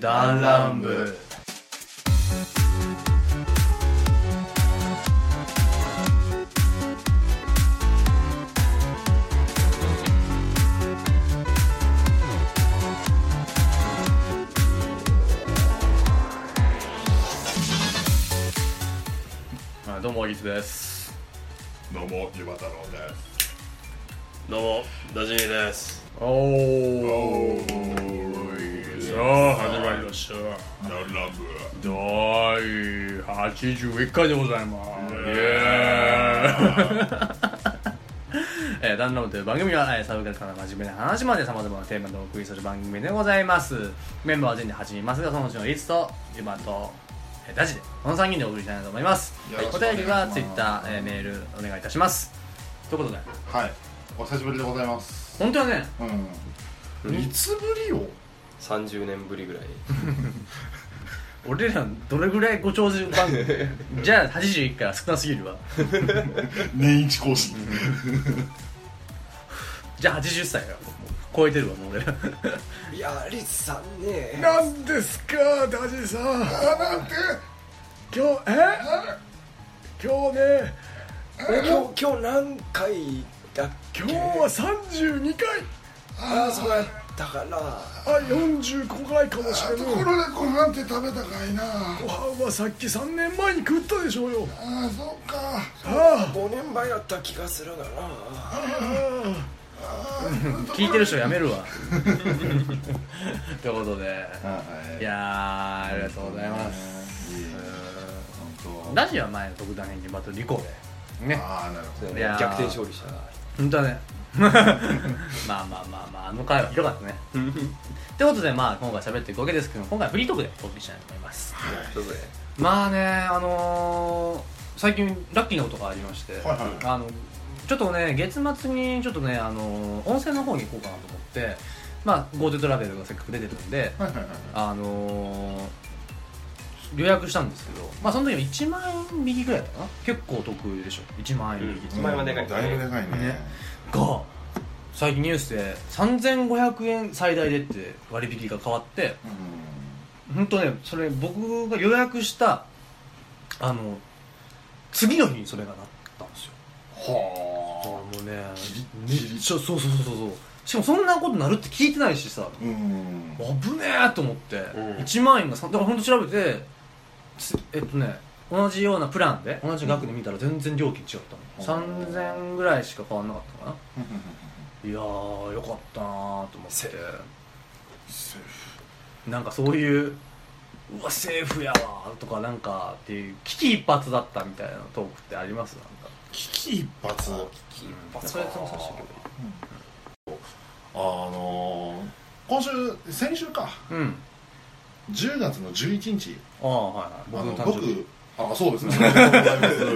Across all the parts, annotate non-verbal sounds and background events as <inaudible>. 弾丸部あどうも小木津ですどうも、ゆば太郎です。どうも、ダジニーです。おおおーい、さあ始まりましたダンラブ。第81回でございますイエーイ <laughs> えー、ダンラムという番組は、えー、サブカルから真面目な話まで様々なテーマでお送りする番組でございますメンバーは全員で8人いますがそのうちのリツとユマと、えー、ダジでこの3人でお送りしたいなと思いますよろしくおお願いします便りはツイッター、えー、メールお願いいたしますということではい、お久しぶりでございます。本当はねうん。いつぶりよ。 30年ぶりぐらい。俺らどれぐらいご長寿番 <laughs> 組じゃあ81回は少なすぎるわ年一更新。じゃあ80歳よ超えてるわもう俺らいやー、リツさんね。なんですか、ダジさん。あ、なんて。今日え今日ね今日、今日何回だっけ今日は32回ああ、そうやったかな。あ45回かもしれとないころで、ご飯って食べたかいな。ご飯はさっき3年前に食ったでしょうよあ、そっか。あ5年前だった気がするがな。あ聞いてる人やめる <laughs> わということではいやーありがとうございます本ラジオは前の特段編にバトルリコでねああ、なるほど。ねいやー逆転勝利したな。本当は <laughs> ねまあまあまあまああの回はひどかったねということでまあ今回喋っていくわけですけども今回はフリートークでお送りしたいと思いますどうぞねまあねあのー最近ラッキーなことがありまして、はいはいあのちょっとね月末にちょっとね、あのー温泉の方に行こうかなと思ってまあ GoTo トラベルがせっかく出てるんで、はいはいはい。あのー予約したんですけど、まあ、その時は1万円引きぐらいだったかな結構得でしょ1万円引き、うん前はでかいねだいぶでかいねね。が最近ニュースで3500円最大でって割引が変わってう本当ねそれ僕が予約したあの次の日にそれがなったんですよん。はもうねめギっリちゃそうそうそうそうそうしかもそんなことなるって聞いてないしさあ。うん。危ねえと思って、ん1万円がさだから本当調べてつえっとね同じようなプランで同じ額で見たら全然料金違ったの、うん3000円ぐらいしか変わんなかったかないやーよかったなーと思ってセーなんかそういううわセーフやわーとかなんかっていう危機一髪だったみたいなトークってありますなんか危機一髪金髪それともさせてくあのー、今週先週かれうん10月の11日ああはいはいあ僕のの誕生日僕あそうですねおめでとうございます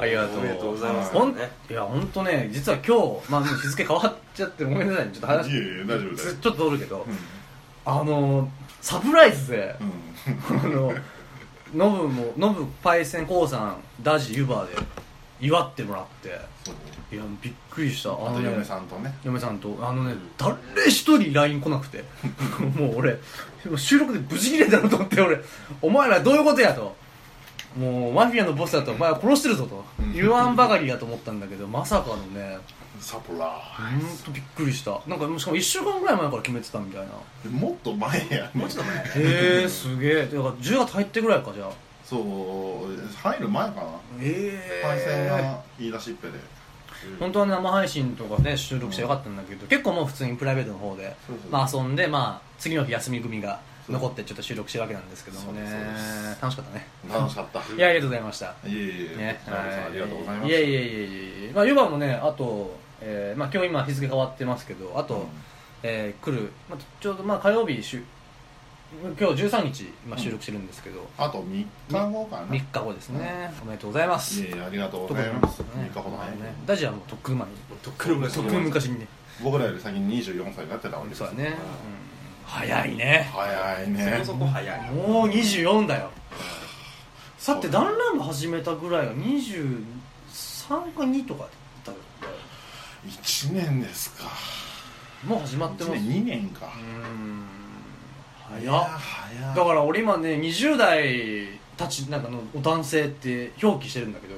ありがおめでとうございますほんいや本当ね実は今日まあもう日付変わっちゃってごめんなさいねちょっと話いえいえ大丈夫ですちょちょっと通るけど、うんあのーサプライズでうんあのノブもノブパイセンコウさんダジユバーで祝ってもらってそういやびっくりしたああのとね嫁さんとね嫁さんとあのね誰一人 LINE 来なくて <laughs> もう俺もう収録でブチ切れたなと思って俺お前らどういうことやともうマフィアのボスだとお前は殺してるぞとん言わんばかりやと思ったんだけどまさかのねサプラほんとびっくりしたなんかもうしかも1週間ぐらい前から決めてたみたいなイもっと前やねもうちょっと前。へえすげえだから10月入ってぐらいかじゃあそう入る前かなえパイセンが言い出しっぺで本当は生配信とかね収録してよかったんだけど、結構もう普通にプライベートの方でそうそうまあ遊んでまあ次の日休み組が残ってちょっと収録してるわけなんですけどもねそうですそうで楽しかったね楽しかったいやありがとうございましたいえいえねダルさんありがとうございまいすやいやいやいやまあ湯葉もねあと、えーまあ、今日今日付変わってますけどあと、うんえー来る、まあ、ちょうどまあ火曜日しゅ今日13日今収録してるんですけど、あと3日後かな3日後ですね、おめでとうございますいえいえありがとうございますという3日こほとどで早いねダジはもうとっくの前にとっくの昔とっくの昔にね僕らより先に24歳になってたわけですそうだね、うん早いね早いねそこそこ早い。もう24だよさてダンランブ始めたぐらいが23か2とかだよ1年ですかもう始まってます1う年2年かーん早っだから俺今ね20代たちなんかのお男性って表記してるんだけど、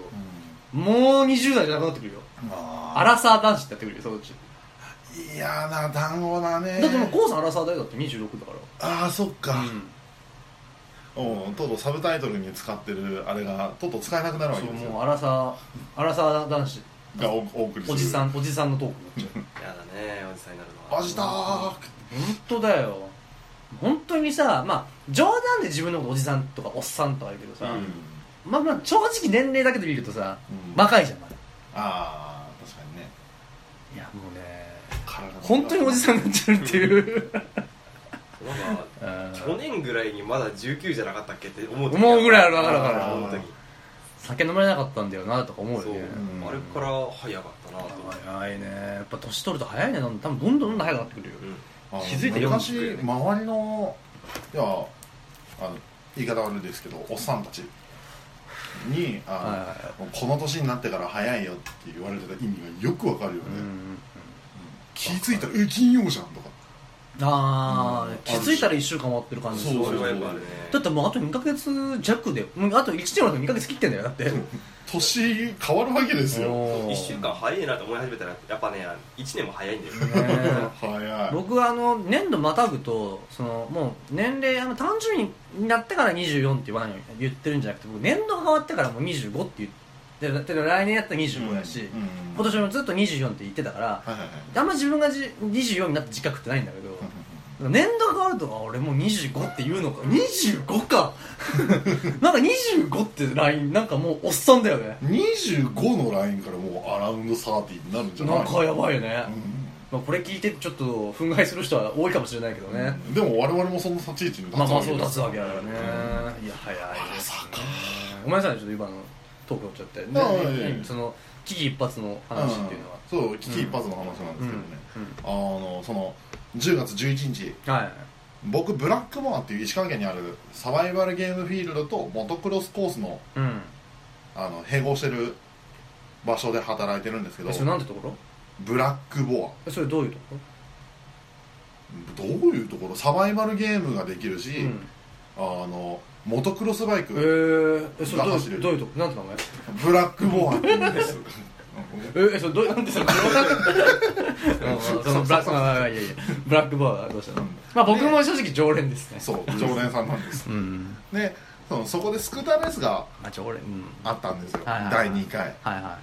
もう20代じゃなくなってくるよアラサー男子ってやってくるよそのうち嫌な単語だねだってもうコウさんアラサーだよだって26だからああそっか、うんうん、とうとうサブタイトルに使ってるあれがとうとう使えなくなるわけそうですもうよアラサーアラサー男子がおお送りするおじさんおじさんのトークになっちゃうやだねおじさんになるのはおじたー本当だよ本当にさまあ冗談で自分のことおじさんとかおっさんとか言うけどさ、まあまあ正直年齢だけで見るとさ、うん若いじゃんまだああ確かにねいやもうね体が本当におじさんになっちゃうっていうなんか去年ぐらいにまだ19じゃなかったっけって思う時思うぐらいあるだからだからあー思う時酒飲めなかったんだよなとか思うよそうねんあれから早かったなと思って早いねやっぱ年取ると早いねなん多分どんどんどんどん早くなってくるようんあの気づいて昔40く周りのいやあの言い方悪いですけどおっさんたちにあのはいはいはもうこの年になってから早いよって言われてた意味がよくわかるよね、うんうん気づいたら「え金曜じゃん」とかあうんあ気づいたら1週間終わってる感じするそうそれはやっぱあるねだってもうあと2ヶ月弱でもうあと1年の2ヶ月切ってんだよだって年変わるわけですよ1 1週間早いなと思い始めたらやっぱね1年も早いんだよ早い僕はあの年度またぐとそのもう年齢あの単純になってから24って言わないように言ってるんじゃなくて僕年度が変わってからもう25って言ってで来年やったら25やし、うん今年もずっと24って言ってたからはいはいはいあんま自分がじ24になって自覚ってないんだけど、年度が変わるとあ俺もう25って言うのか25か <laughs> なんか25ってラインなんかもうおっさんだよね25のラインからもうアラウンド30になるんじゃないなんかやばいよね、うまあ、これ聞いてちょっと憤慨する人は多いかもしれないけどね、んでも我々もその立ち位置にまあまあけそうで立すつわけだからね、いや早いですねごめんなさいちょっと今のトークをちゃって、ねああいえいえねその危機一髪の話っていうのは、うんそう危機一髪の話なんでうすけどんね、あのその10月11日うんはい僕ブラックモアっていう石川県にあるサバイバルゲームフィールドとモトクロスコースのうんあの併合してる場所で働いてるんですけどえそれなんてところブラックボえそれどういうとこアどういうところサバイバルゲームができるし、ろ、うん、あのモトクロスバイえク、ー、えそれどうが走いれうるどういうとこなんて名前ブラックボアって言う <laughs> んですええそれどうなんてそれうんそのブラックあいやいやブラックバーはどうしたの、うんまあ僕も正直常連ですねそう常連さんなんですうんでそのそこでスクーターレースがまあ常連うんあったんですよ、はいはい第2回はいはい、ま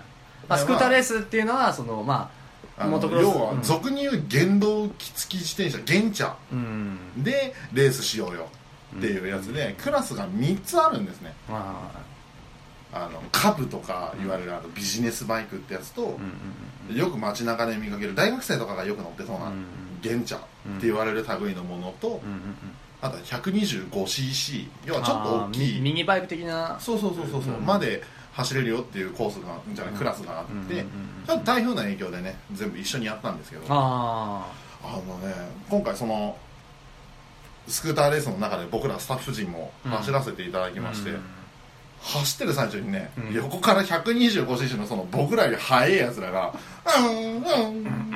あ、スクーターレースっていうのはそのまああのモトクロス要はうん俗に言う原動機付き自転車原チャうんでレースしようよっていうやつで、クラスが3つあるんですねまああのカブとか言われるあのビジネスバイクってやつとうん、うんよく街中で見かける大学生とかがよく乗ってそううなん原チャって言われる類のものと、うんうんうんあとは 125cc 要はちょっと大あーきミいミニバイク的なそうそうそうそうそう、うんまで走れるよっていうコースがじゃない、うんクラスがあって、うんうんうんうんちょっと台風の影響でね全部一緒にやったんですけどああのね今回そのスクーターレースの中で僕らスタッフ陣も走らせていただきあまして、うん走ってる最中にね、うん横から 125cc のその僕らより速いやつらが「うんうん」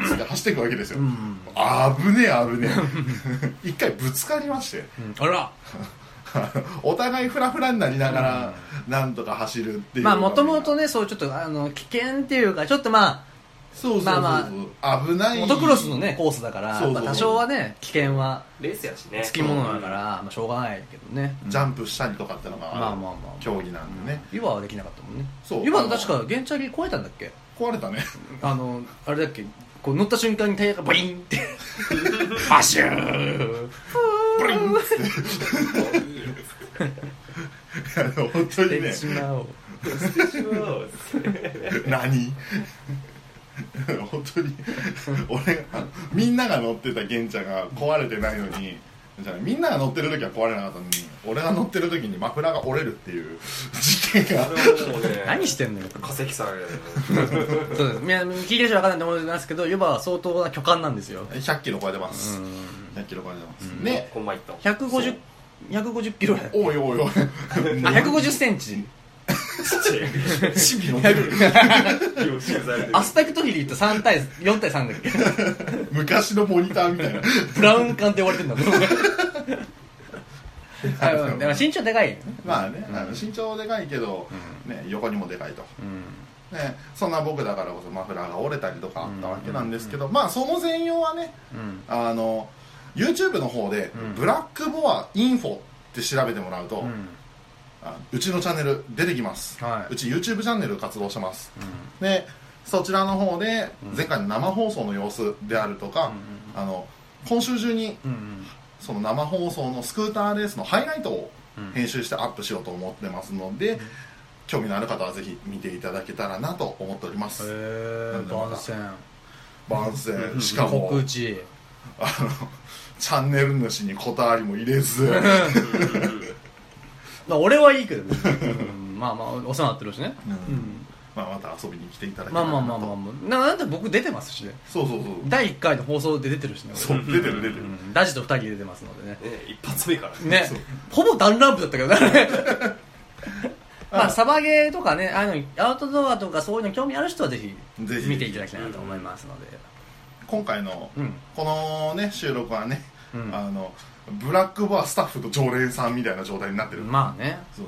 つって走っていくわけですよ、うん危ねえ危ねえ一回ぶつかりましてうんあらお互いフラフラになりながらなんとか走るっていうまあもともとねそうちょっとあの危険っていうかちょっとまそうそうそうそう、まあ危なあいモトクロスのねコースだからそうそうそうまあ多少はね危険はレースやしねつきものだからまあしょうがないけどねジャンプしたりとかってのが、まあまあまあ競技なんでね、ユバはできなかったもんねそうユバは確か原チャリ超えたんだっけ壊れたねあのあれだっけこう乗った瞬間にタイヤがバリンってバシューブリンっつっていや本当にねてしまおう何本当に俺がみんなが乗ってた玄ちゃんが壊れてないのにじゃあみんなが乗ってる時は壊れなかったのに俺が乗ってる時にマフラーが折れるっていう事件が <laughs> 何してんのよ化石さんやねそうですみんな聞いてる人は分かんないと思うんですけどユバは相当な巨漢なんですよ100キロ超えてますうん100キロ超えてまうす、んでこんまいった150 150キロやおいお <laughs> いおあい150センチ <laughs> チビ乗ってるアスペクト比で言った3対4対3だっけ昔のモニターみたいな <laughs> ブラウン管で言われてんだもんあのでも身長でかいよねまあね、うんあの身長でかいけど、ね、横にもでかいと、うんね、そんな僕だからこそマフラーが折れたりとかあったわけなんですけど、まあその全容はねうんあの YouTube の方で、うんブラックボアインフォって調べてもらうと、うんあうちのチャンネル出てきます、はいうち YouTube チャンネル活動してますでそちらの方でうん前回の生放送の様子であるとか、あの今週中にうんうんその生放送のスクーターレースのハイライトをうん編集してアップしようと思ってますので、興味のある方はぜひ見ていただけたらなと思っております、へなんえだろうな番宣番宣しかも告知あのチャンネル主にこだわりも入れずまあ俺はいいけどねうんまあまあお世話になってるしねうんうんまあ、また遊びに来ていただけたまあらなまとあまあまあまあななんて僕出てますしねそうそうそう第1回の放送で出てるしねそう出てる出てる、うんラジと2人で出てますのでねね一発目からねほぼダンランプだったけどね <laughs> まあサバゲーとかねあのアウトドアとかそういうの興味ある人はぜひぜひ見ていただきたいなと思いますので今回のうんこのね収録はね、うんあのブラックボアスタッフと常連さんみたいな状態になってる、まあねそう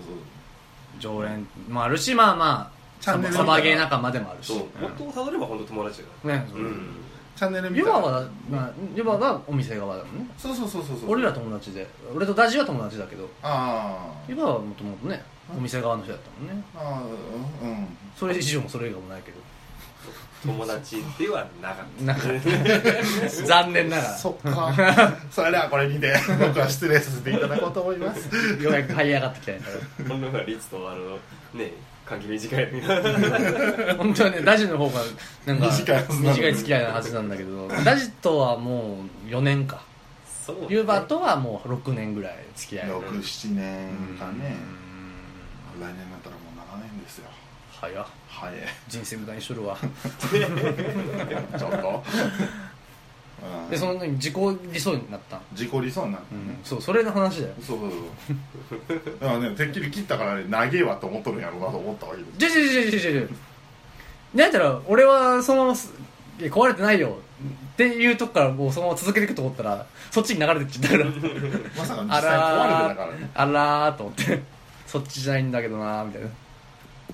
常連もあるしまあまあチャンネルサバゲー仲間でもあるしそう本当をたどれば本当友達だようんねうんチャンネル見ヨたバは、まあ、ヨバはお店側だもんねそうそうそうそうそう俺ら友達で俺とダジは友達だけどあーヨバはもともとねお店側の人だったもんねあーうんそれ以上もそれ以外もないけど友達ではなかったなんか残念ながらそ <laughs> っかそれではこれにて僕は失礼させていただこうと思いますようやく這い上がってきたんやか <laughs> この方が率とあのね関係短いのにら本当はねダジの方がなんか短いはずなのに短い付き合いのはずなんだけどダジとはもう4年かそうユーバ <laughs> ーとはもう6年ぐらい付き合いが67年かうねん来年になったらもう7年ですよ早っ早い人生無駄にしとるわちょ <laughs> っと、うんでその時に自己理想になったん事故りそうになるうね、んそうそれの話だよそうそうそう <laughs> だからねてっきり切ったからね長えわと思っとるんやろうなと思ったわけですじゃじゃじゃじゃじゃじゃなんやったら俺はそのまますいや壊れてないよっていうとこからもうそのまま続けていくと思ったらそっちに流れてっちゃったから <laughs> まさか実あら際壊れてたからねーあらーと思ってそっちじゃないんだけどなーみたいな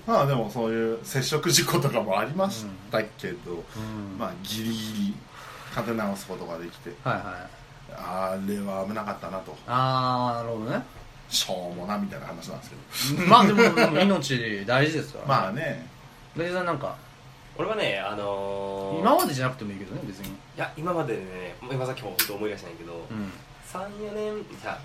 まあでもそういう接触事故とかもありましたけど、まあギリギリ立て直すことができてはいはいあれは危なかったなとああなるほ <laughs> どねしょうもなみたいな話なんですけどまあでもでも命大事ですからまあね大事さんなんか俺はねあのー今までじゃなくてもいいけどね別にいや今までねもう今さっきも本当思い出したんやけど、うん34年じゃ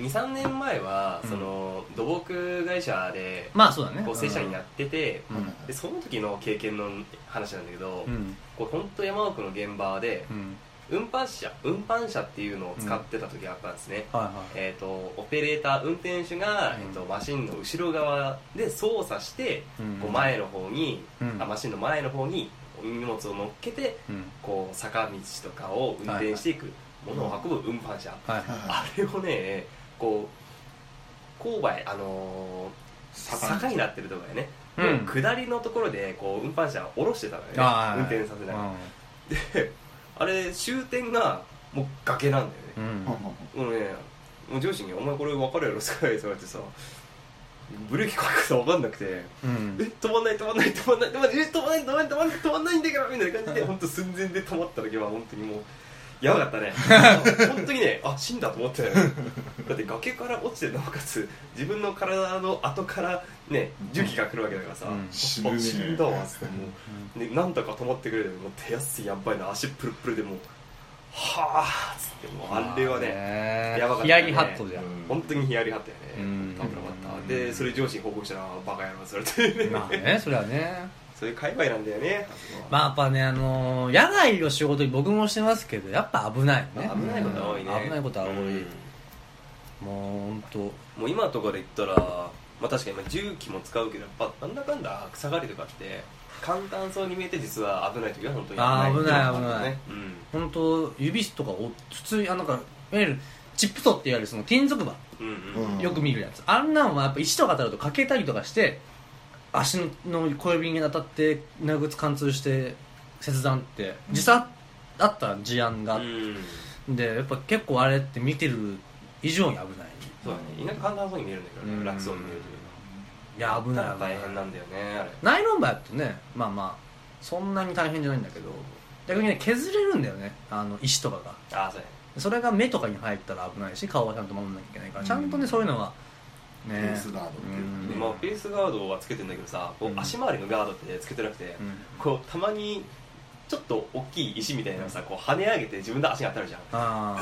23年前はうんその、土木会社でまあそうだね構成社になってて、うんうんでその時の経験の話なんだけど、うんこれ本当山奥の現場でうん運搬車運搬車っていうのを使ってた時があったんですね、はいはいえー、とオペレーター運転手が、うんえー、とマシンの後ろ側で操作して、うんこう前の方に、うんあマシンの前の方に荷物を乗っけてうんこう坂道とかを運転していくものを運ぶ運搬車、はいはいあれをねこう勾配あのー坂道坂になってるとこやね、うん下りのところでこう運搬車を下ろしてたのよねあー運転させない、であれ終点がもう崖なんだよね、うんうんもうねもう上司に「お前これ分かるやろ」とか言われてさブレーキかけた分かんなくてうんえ止まんない止まんない止まんない止まんないえ止まんない止まんない止まんない止まんないんだからみたいな感 <laughs> じで本当寸前で止まった時は本当にもうやばか <laughs> ったね本当にねあ死んだと思ったよだって崖から落ちてなおかつ自分の体の後からね重機が来るわけだからさ、うんあ死ぬね死んだわっつってもうでなんとか止まってくれてもう手足やっばいな足プルプルでもうはあっつってもうあれはねやばかったねヒヤリハットじゃん本当にヒヤリハットやうね、ん危なかったでそれ上司に報告したらバカやろそれってまあねそれはね <laughs> そういう界隈なんだよね。まあやっぱねあのー野外を仕事に僕もしてますけどやっぱ危ないね危ないことは多いね。危ないことは多いうんもう本当もう今とかで言ったら、まあ確かにまあ重機も使うけど、やっぱなんだかんだ草刈りとかって、簡単そうに見えて実は危ない時は本当に危ない。あー危ない危ないね。うん。本当指とかを普通にあなんかいわゆるチップソっていわれるその金属板うんうんよく見るやつ、あんなんはやっぱ石とか当たると欠けたりとかして足の小指に当たって長靴貫通して切断って実際あった事案があうっん。うん。でやっぱ結構あれって見てる以上に危ないそうだね意外と簡単そうに見えるんだけどうねん楽そうに見えるというかいや危ない危ない大変なんだよねあれナイロンバーってねまあまあそんなに大変じゃないんだけど逆にね削れるんだよねあの石とかがああそうそれが目とかに入ったら危ないし顔はちゃんと守んなきゃいけないから、ちゃんとねそういうのはペねースガードっていうかやうねんねまあベースガードはつけてんだけどさこううん足回りのガードってつけてなくてうんこうたまにちょっと大きい石みたいなのさこう跳ね上げて自分の足に当たるじゃんああ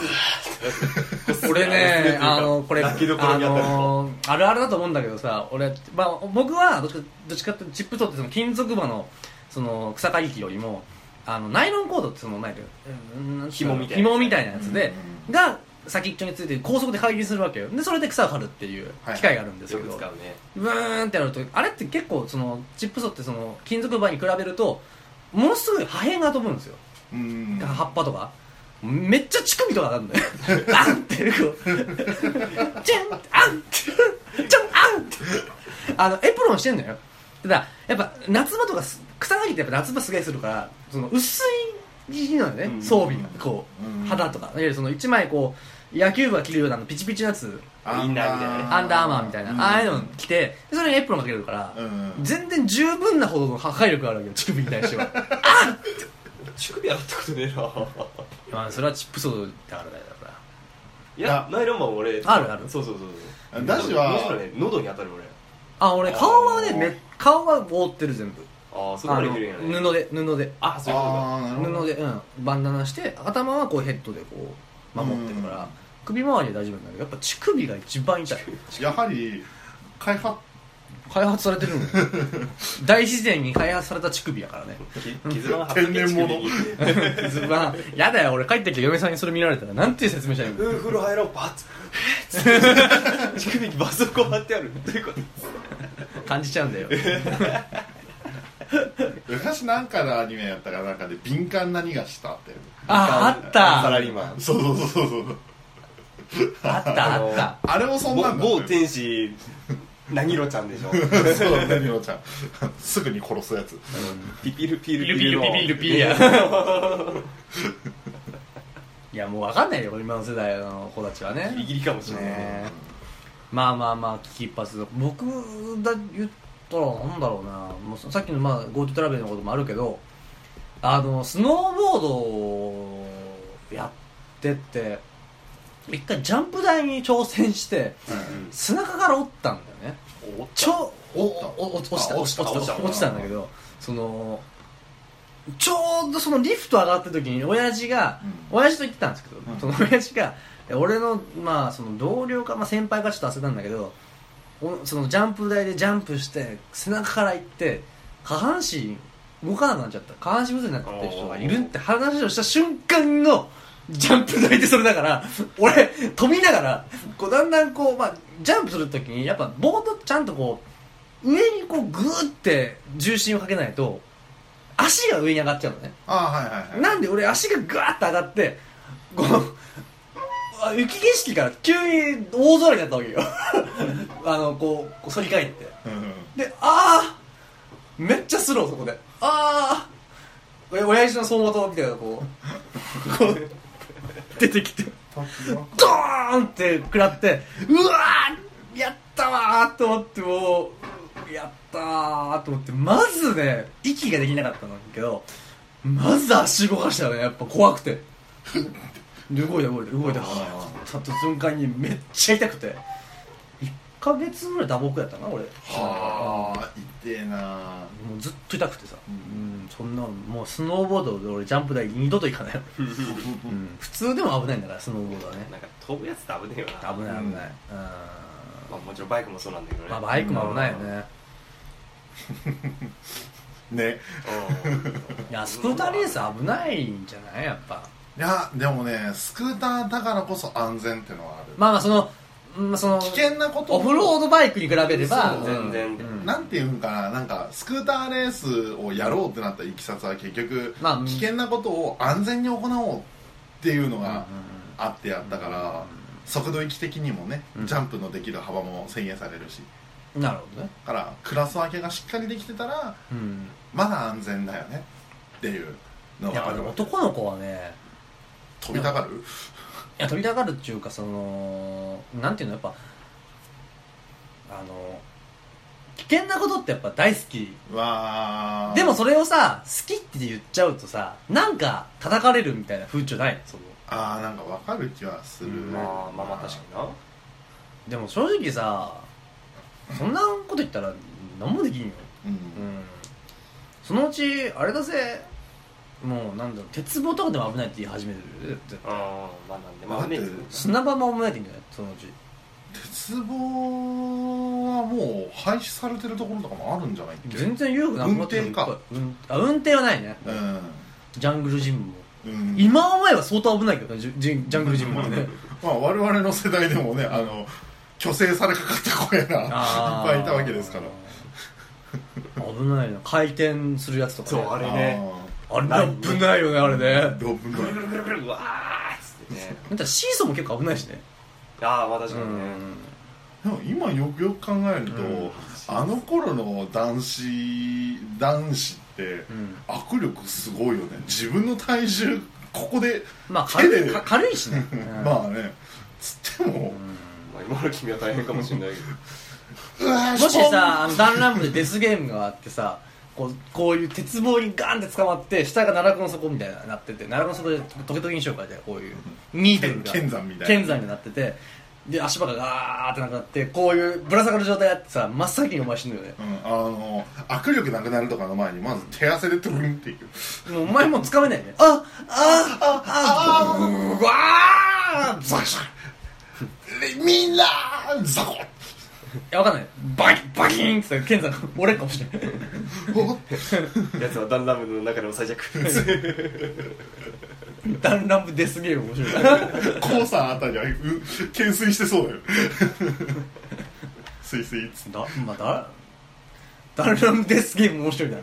こ俺 <laughs> ねあのこれあ泣きどころに当たるとのあるあるだと思うんだけどさ俺、まあ、僕はどっちかどっちかっていうとチップ取ってその金属刃のその草刈り機よりもあのナイロンコードってそのないけどうん紐みたいな紐みたいなやつで、うが先っちょについて高速で回りするわけよでそれで草を刈るっていう機械があるんですよけくど、使うねブーンってやるとあれって結構そのチップソってその金属板に比べるとものすごい破片が飛ぶんですよ、うん葉っぱとかめっちゃ乳首とかなんだよあんってこうチャンあんってちょんあんってあのエプロンしてんのよただやっぱ夏場とかす草刈りってやっぱ夏場すげえするからその薄い地なのね、うん装備がこう、うん肌とかいわゆるその一枚こう野球部が着るようなあのピチピチのやつインナーみたいなねアンダーアーマーみたいな、ああいうの着てでそれにエプロンかけるから、うん全然十分なほどの破壊力があるわけよ乳首に対しては <laughs> 乳首洗ったことねえなまあそれはチップソードだからだよだかいやあナイロンマン俺あるあるそうそうそうそうダシはむしろね喉に当たる俺らあ俺顔はあねーめ顔は覆ってる全部ああそこあまでのいけるんやね布で布であそういうことかああなるほど布でうんバンダナして頭はこうヘッドでこう守ってるから、うん首周りは大丈夫なんだけどやっぱ乳首が一番痛いやはり開発開発されてるのよ大自然に開発された乳首やからね <laughs> き傷が発天然物まあやだよ俺帰ってきて嫁さんにそれ見られたらなんて説明したらいいのうん風呂入ろうバ <laughs> ツえっ乳首にバスコ貼ってあるどういうこと感じちゃうんだよ昔なんかのアニメやったかなんかで敏感なにがしたってああったサラリーマンそうそうそうそうそうあったあったあれもそんなんだ某某天使なぎろちゃんで <laughs> しょそう何をちゃんすぐに殺すやつピピルピピルルピルピピルピルルやいやもうわかんないよ今の世代の子たちはねギリギリかもしれないねまあまあまあ危機一髪僕だ言ったらなんだろうなもうさっきのまあ GoTo トラベルのこともあるけどあのスノーボードをやってって一回ジャンプ台に挑戦して背中から折ったんだよねおっちょお折ったお落ちたあ落ちた落落ちちたた落ちたんだけどそのちょうどそのリフト上がった時に親父が、うん親父と行ってたんですけど、うんその親父が俺の,、まあ、その同僚か、まあ、先輩かちょっと焦ったんだけどおそのジャンプ台でジャンプして背中から行って下半身動かなくなっちゃった下半身不随になってる人がいるって話をした瞬間のジャンプ台でそれだから俺飛びながらこうだんだんこう、まあ、ジャンプするときにやっぱボードちゃんとこう上にこうグーって重心をかけないと足が上に上がっちゃうのねあはいはいはいなんで俺足がグワッと上がってこうあ雪景色から急に大空になったわけよ <laughs> あのこうこう反り返ってうんでああめっちゃスローそこでああ親父の走馬灯みたいなのがこうこう出てきてドーンって食らってうわーやったわーと思ってもうやったーと思ってまずね息ができなかったんだけどまず足動かしたよねやっぱ怖くてで動いた動いた動いたあー立った瞬間にめっちゃ痛くて1ヶ月ぐらい打撲やったな俺はあ痛えなもうずっと痛くてさ、ううんそんなもうスノーボードで俺ジャンプ台二度と行かないよ、うん、普通でも危ないんだからスノーボードはねなんか飛ぶやつって危ねえよな危ない危ない、うんまあもちろんバイクもそうなんだけどねまあ、バイクも危ないよね、ねうんいやスクーターレース危ないんじゃないやっぱいやでもねスクーターだからこそ安全ってのはあるまあまあそのうんその危険なことオフロードバイクに比べればそう全然なんていうんかななんかスクーターレースをやろうってなったいきさつは結局、まあ危険なことを安全に行おうっていうのがあってやったから、速度域的にもね、うんジャンプのできる幅も制限されるしなるほどねだからクラス分けがしっかりできてたらうんまだ安全だよねっていうのいやがあるわけ男の子はね飛びたがるいや飛びたがるっていうかそのなんていうのやっぱ険なことってやっぱ大好きわあでもそれをさ好きって言っちゃうとさなんか叩かれるみたいな風潮ないのそのああなんかわかる気はする、うんまあまあまあ確かになでも正直さそんなこと言ったら何もできんよにううんんそのうちあれだぜもうなんだろう鉄棒とかでも危ないって言い始める絶対あーまあなんでまあねだって砂場も危ないって言うんじゃないそのうち鉄棒はもう廃止されてるところとかもあるんじゃないっけ全然裕福なくなってる運転かうんあ運転はないねうジャングルジムもん、うん、今思えば相当危ないけどねジュジュジャングルジムもねまあ我々の世代でもねあの虚勢されかかった声がいっあーぱいいたわけですから危ないな回転するやつとか、ね、そうあれねああれね危ないよねあれねーどぶぐるぐなるぐるぐるうわーっつってねだってシーソーも結構危ないしねああまあ確うかにねんでも今よくよく考えると、うんあの頃の男子男子ってうん握力すごいよね自分の体重ここで、まあ軽手いでか軽いし <laughs> ね、うんまあねつっても、まあ今の君は大変かもしれないけうどわーもししょんさあのダンランプでデスゲームがあってさこうこういう鉄棒にガンって捕まって下が奈落の底みたいになってて奈落の底でトゲトゲにしようかじゃあこういうニードルが剣山みたいな剣山になっててで足場がガーってなくなってこういうぶら下がる状態やってさ真っ先にお前死ぬよねうん、あの握力なくなるとかの前にまず手汗でトゥルンっていくもうお前もうつかめないよねああああうわあザクシャンみんなザコッいやわかんないバキバキーンって剣山が折れるかもしれないおやつはダンラムの中でも最弱 <laughs> ダンランプデスゲーム面白いなコウさんあたりはう懸垂してそうだよ <laughs> スイスイっつってだまあだ誰ラムデスゲーム面白いな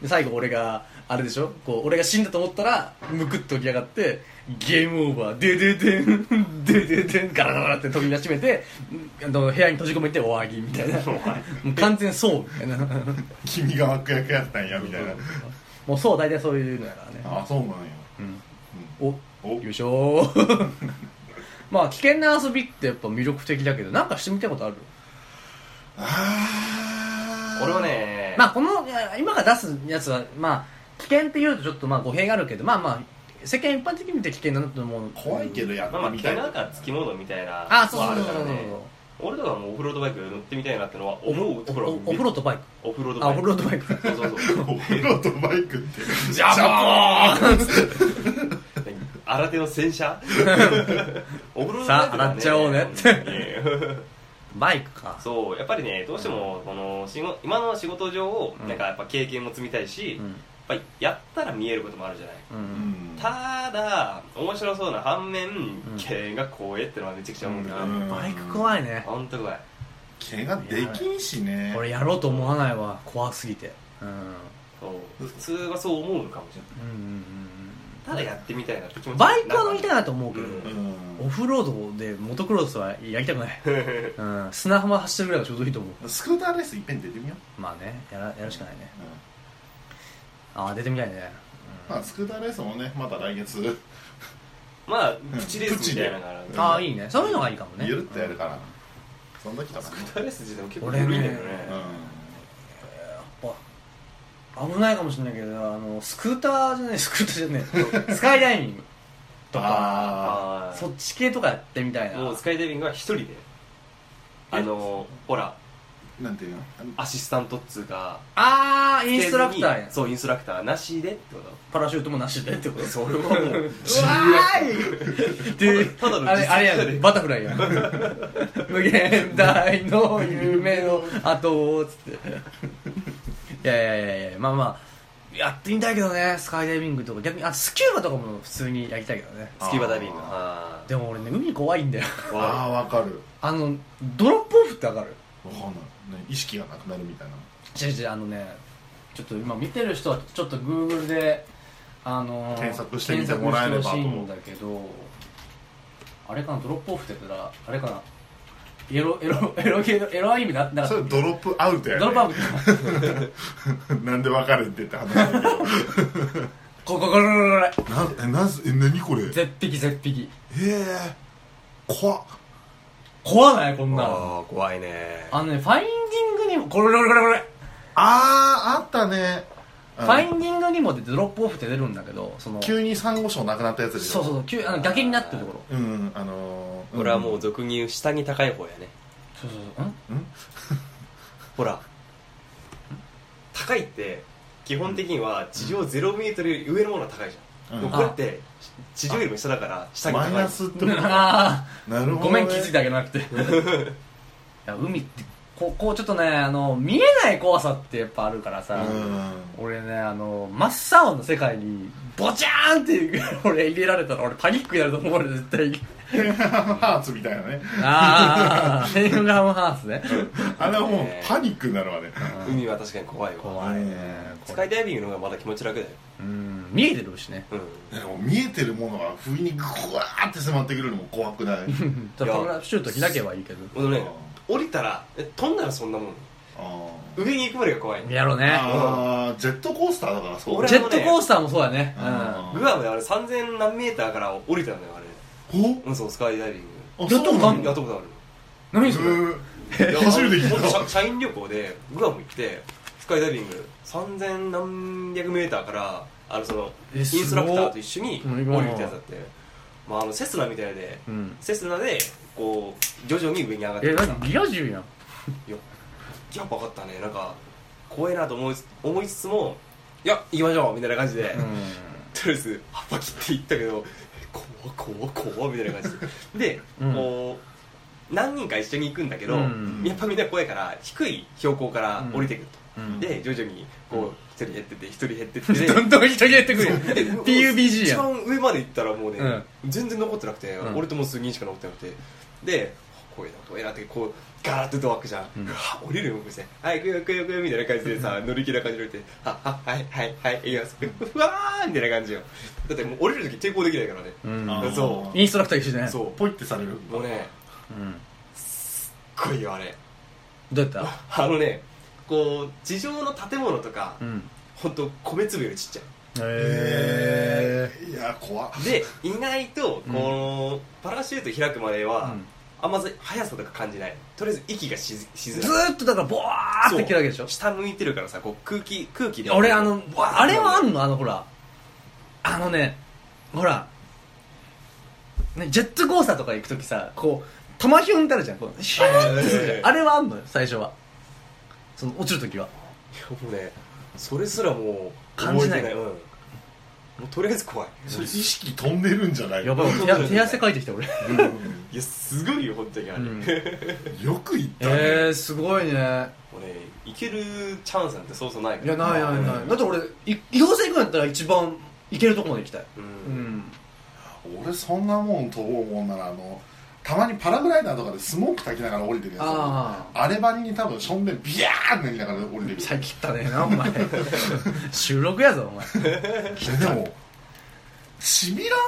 で最後俺があれでしょこう俺が死んだと思ったらむくっと起き上がってゲームオーバーでででんでででんガラガラガラって飛び出しめてあの部屋に閉じ込めておあぎみたい <laughs> なもう完全そうみたいな君が悪役やったんやみたいなもうそう大体そういうのやからねあそうなんやおお優勝 <laughs> まあ危険な遊びってやっぱ魅力的だけどなんかしてみたいことあるあー俺はね <laughs> まあこのいや今から出すやつはまあ危険って言うとちょっとまあ語弊があるけどまあまあ世間一般的に見て危険だなと思う怖いけどやっまあまてあみ毛たいなんかつきものみたいなあそうそうそうのそはうるからね俺とかもオフロードバイク乗ってみたいなってのは思うところおはおお風呂とバイクオフロードあバおイ風ク呂とバイクそうそうそうお風呂とバイクってジャポーン新手の洗車お風呂のさあ洗っちゃおうねってバイクかそうやっぱりねどうしてもこの仕事今の仕事上うんなんかやっぱ経験も積みたいし、うんやっぱりやったら見えることもあるじゃないうんうんただ面白そうな反面経営が怖えってのはめちゃくちゃ思うかな、うんバイク怖いねほんと怖い毛ができんしね俺やろうと思わないわ怖すぎてうんそう普通はそう思うかもしれないうんうんただやってみたいなって気うん持ちバイクは乗りたいなと思うけど、うんうオフロードでモトクロスはやりたくない、うん、砂浜走ってるぐらいがちょうどいいと思うんスクーターレースいっぺん出てみよまあねやらやるしかないねう、うんああ出てみたいね、まあ、スクーターレースもねまた来月まあプチレースみたいなのがあるプチああいいねそういうのがいいかもねゆるっとやるから、そんな時だなタレス自体も結構俺古ねいんだけどねやっぱ危ないかもしれないけどあのスクーターじゃないスクーターじゃないスカイダイビングとかああそっち系とかやってみたいなもうスカイダイビングは一人であのほらーなんていうのあのアシスタントっつうかああインストラクターやそうインストラクターなしでってことパラシュートもなしでってことそれは <laughs> うもうわーいでただのあれあれ実やん力者バタフライやん無限大の夢の後をつっていやいやいやいやまあまあやってみたいけどねスカイダイビングとか逆にあスキューバとかも普通にやりたいけどねスキューバダイビングでも俺ね海怖いんだよあああわかるあのドロップオフってわかるわかんない、ね、意識がなくなるみたいな違う違うあのねちょっと今見てる人はちょっとグーグルであのー検索してみてもらえればと検索してほしいんだけどあれかなドロップオフって言ったらあれかなエロエロエロ系のエロアニメななかそっれドロップアウトやたねドロップオフ <laughs> なんで別れてって話だけどこここれこれこれこなえなぜえ何これれ絶壁絶壁ええ怖っ怖ないこんなのああ怖いねあのねファインディングにもこれこれこれこれあーあったねあフのァインディングにも出てドロップオフって出るんだけどその急にサンゴ礁なくなったやつでしそょうそうそう急あの崖になってるところううんあのー、俺はもう俗に言う下に高い方やねそうそうそうんほら高いって基本的には地上0メートルより上のものは高いじゃん、うんでもこれって地上よりも下だから下にマ高いイナス <laughs> ってことあなーるほど、ね、ごめん気づいてあげなくていや海ってこうこうちょっとねあの見えない怖さってやっぱあるからさ、うん俺ねあの真っ青の世界にボチャーンって <laughs> いう俺入れられたら俺パニックになると思われる絶対にハーツみたいなねああ <laughs> ペンガムハースねあれはもうパニックになるわね海は確かに怖いわ怖いねスカイダイビングの方がまだ気持ち楽だようん見えてるしねうんでも見えてるものが不意にグワーって迫ってくるのも怖くないちょっとパラシュート開けばいいけど俺ね降りたらえ飛んだらそんなもんあー上に行くまでが怖いねやろうねあージェットコースターだからそう俺ジェットコースターもそうだねうあグアムであれ3000何メーターから降りたんだよあれおうんそうスカイダイビンあやったことあんグのやったことあるん何それういや初めて聞いほんと社た社員旅行でグアム行ってスカイダイビング3000何百メーターからあのそのイえンすごっストラクターと一緒にう降んりるってやつだってまああのセスナみたいでうんセスナでこう徐々に上に上がってえくなさんかリア充やんいややっぱ分かったねなんか怖いなと思いつ思いつつもいや行きましょうみたいな感じで、とりあえず葉っぱ切って行ったけどえ怖っ怖っ怖っみたいな感じでで、うんこう何人か一緒に行くんだけど、うんやっぱみんな怖いから低い標高から降りてくるうと、んで徐々にこう一人減ってて一人減って <laughs> ってでどんどん人入れてくる <laughs> でう PUBG 一やん番上まで行ったらもうね、全然残ってなくて、うん俺ともう数人しか残ってなくてで怖いな怖いなってこうガラッとドア開くじゃん、うんうわ降りるよこして「はい行くよ行くよ行くよ」みたいな感じでさ乗り気な感じで降りて「はははいはいはいいいようわー」みたいな感じよだってもう降りる時抵抗できないからね、うんあーそインストラクター一緒じゃないそうポイってされるもうねうん来いよあれどうやったあのねこう地上の建物とか、うんほんと米粒よりちっちゃいへいや怖っで意外とこのパラシュート開くまでは、うんあんま速さとか感じないとりあえず息がしずしずづらいーっとだからボワーって切るわけでしょ下向いてるからさこう空気空気いでや俺あのあれはあんのあのほらあのねほらねジェットコースターとか行く時さこうトマヒュンってあるじゃんこうシューってするじゃんはいはいはいあれはあんのよ最初はその落ちる時はもうねそれすらもう感じない覚えてうん、もうとりあえず怖いそれ意識飛んでるんじゃないや <laughs> ばいそう手だよね手汗かいてきた俺うんいやすごいよ本当にあれ、うんもよく言ったねえー、すごいねいうね行けるチャンスなんてそうそうないからやないないなういんだって俺い違法性行くんやったら一番行けるとこまで行きたいうん、うん俺そんなもん飛ぼうもんならあのたまにパラグライダーとかでスモーク炊きながら降りてるやつああればりに多分しょんべんビヤーってなりながら降りてるさっき言ったねえなお前 <laughs> 収録やぞお前えでもしびらん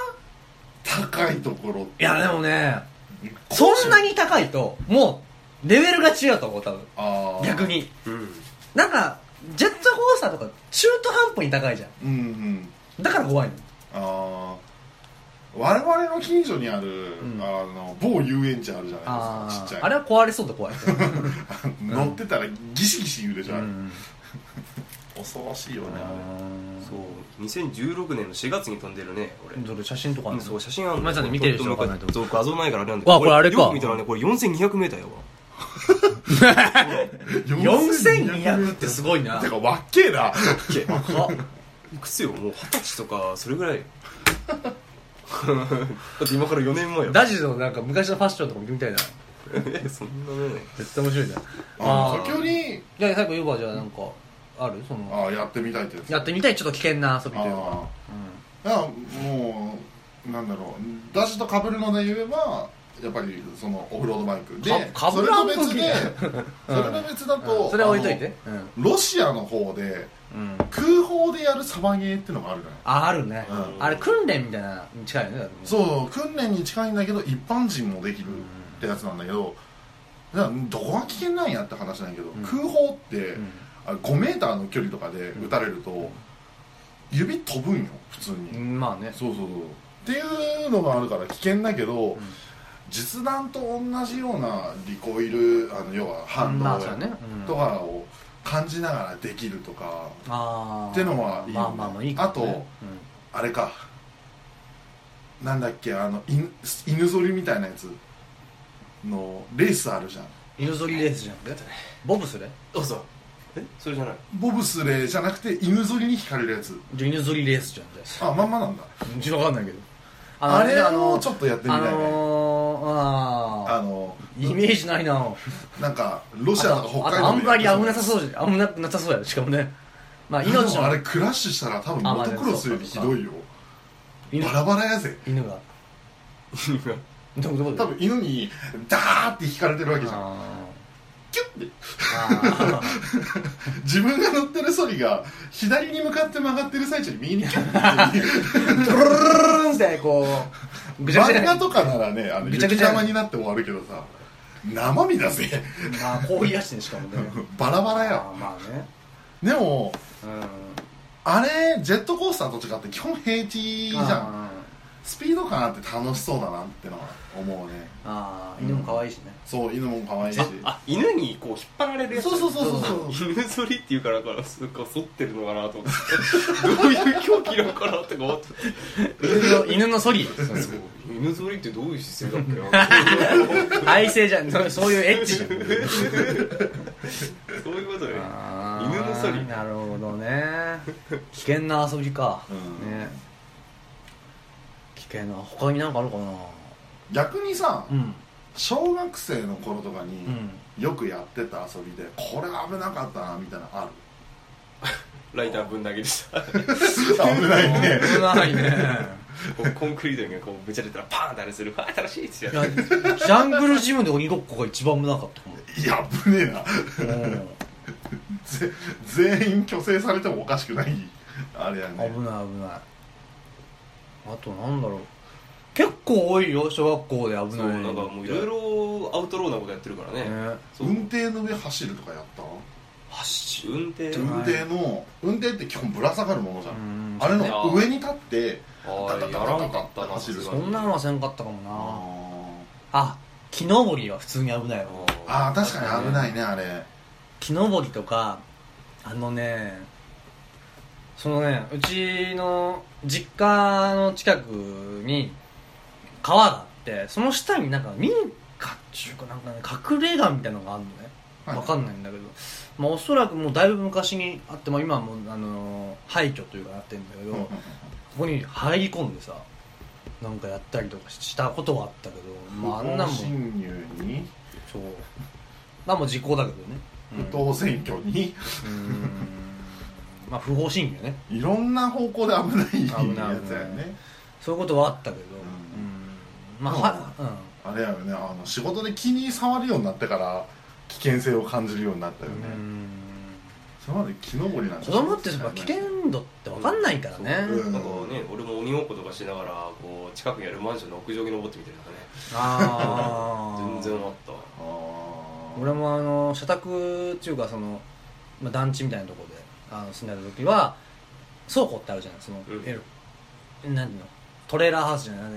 高いところいやでもねそんなにに高いと、もう、レベルが違うと思う、多分。あー逆に。うん、なんか、ジェットコースターとか、中途半端に高いじゃん。うんうんだから怖いの。ああ我々の近所にある、うんあの某遊園地あるじゃないですあかちっちーゃいあれは壊れそうで怖い。 <laughs> 乗ってたらギシギシ言うでしょ、あれうん恐ろしいよねあれそう2016年の4月に飛んでるね俺どれ写真とかあうるんのそう写真あるまあちゃんと見てる人わかんないと思うそう画像ないからあれなんだわこれあれかよく見たらねこれ <laughs> 4200m やわ4200ってすごいなて。かわっけえなあいくつよもう二十歳とかそれぐらい <laughs> だって今から4年前よダジのなんか昔のファッションとか見てみたいな。 <laughs> えそんなね絶対面白いな。ああ先ほーどにじゃあ最後、ユーバーじゃあなんか、あるその、あーやってみたいってやつやってみたいちょっと危険な遊びというか。ああいやもうなんだろうだしとかぶるので言えばやっぱりそのオフロードバイクでかそ被れらとん別で <laughs> そうんれと別だうとんそれは置いといて。うん。あのロシアの方でうん。空砲でやるサバゲーってのがあるじゃないああるね、うんあれ訓練みたいなのに近いよねだってねそう訓練に近いんだけど一般人もできるってやつなんだけどだからどこが危険なんやって話なんやけど、ん空砲って、うんあ5メーターの距離とかで撃たれると、指飛ぶんよ普通に、うんまあねそうそうそうっていうのがあるから危険だけど、実弾と同じようなリコイルあの要は反ま応あそうだねうんとかを感じながらできるとかあーってのはいいまよねあまあまあいいかも、ね、あれかなんだっけあの犬犬ぞりみたいなやつのレースあるじゃんうん、犬ぞりレースじゃなくてボブスレどうぞえそれじゃないボブスレーじゃなくて犬ぞりに引かれるやつじゃあ犬ぞりレースじゃんじゃあまんまなんだあちょっとわかんないけどあれをのちょっとやってみあたいね、あののー、あーイメージないななんかロシアとか北海道あとあんまり危なさうそうじゃん危なくなさそうやしかもねまあ命命のあれクラッシュしたら多分あモまあトねクロスよりひどいよ犬バラバラやぜ犬がどこどこ多分犬にダーって引かれてるわけじゃんあキュッてーあー自分が乗ってるソリが左に向かって曲がってる最中に右にキ <laughs> ュッてドロロロロロンってこうぐちゃぐちゃ漫に画とかならねあのぐちゃぐ雪ちゃ玉になって終わるけどさ生身だぜ <laughs> まあ氷出してねしかもねバラバラあやーまあねでもうんあれジェットコースターと違って基本平地じゃんあースピード感あって楽しそうだなってのは思うねあー犬も可愛いしね、そう犬も可愛いしああ犬にこう引っ張られるやつそうそうそうそうそう犬ぞりっていうからからなんか反ってるのかなと思ってどういう狂気なのかなとか思って犬の犬のソリ犬ぞりってどういう姿勢だっけな <laughs> 愛性じゃんそうそういうエッチ <laughs> じゃんそういうことねあー犬のソリなるほどね危険な遊びか、うんね危険な他になんかあるかな逆にさうん小学生の頃とかにうんよくやってた遊びでこれ危なかったなみたいなのあるライターぶん投げでした危ないね危ないねこうコンクリートにこうぶちゃれたらパーンってあれするあー楽しいっすよいやジャングルジムで鬼ごっこが一番危なかったかも <laughs> いや危ねえなうんぜ全員虚勢されてもおかしくないあれや危ないね危ないあとなんだろう結構多いよ小学校で危そないうなんかもういろいろアウトローなことやってるからねねそう運転の上走るとかやった走る運転じゃない運転の運転って基本ぶら下がるものじゃんあれあのー上に立ってああやらんかったな走るそんなのはせんかったかもあなあ木登りは普通に危ないわあー確にかに危ないねあれ木登りとかあのねそのねうちの実家の近くに川があってその下になんか民家っていうかなんかね隠れ家みたいなのがあるのねはいわかんないんだけど、まあ、おそらくもうだいぶ昔にあって、まあ、今はもう、あのー廃墟というかなってるんだけど、うんうんうんここに入り込んでさなんかやったりとかしたことはあったけど、まあ、あんなもん不法侵入にそうまあもう時効だけどね不当選挙にうーんまあ不法侵入ねいろんな方向で危ないやつや危ないねそういうことはあったけど、うんうんまあは、うん、あれやよねあの仕事で気に触るようになってから危険性を感じるようになったよねうーんそれまで木登りなんて子供ってやっぱ危険度って分かんないからねそうなんかこうね俺も鬼ごっことかしながらこう近くにあるマンションの屋上に登ってみたりとかねああ全然あったわあー俺もあの社宅っていうかその、まあ、団地みたいなところであの住んでた時は倉庫ってあるじゃないその、うんえなんていうのトレーラーハウスじゃない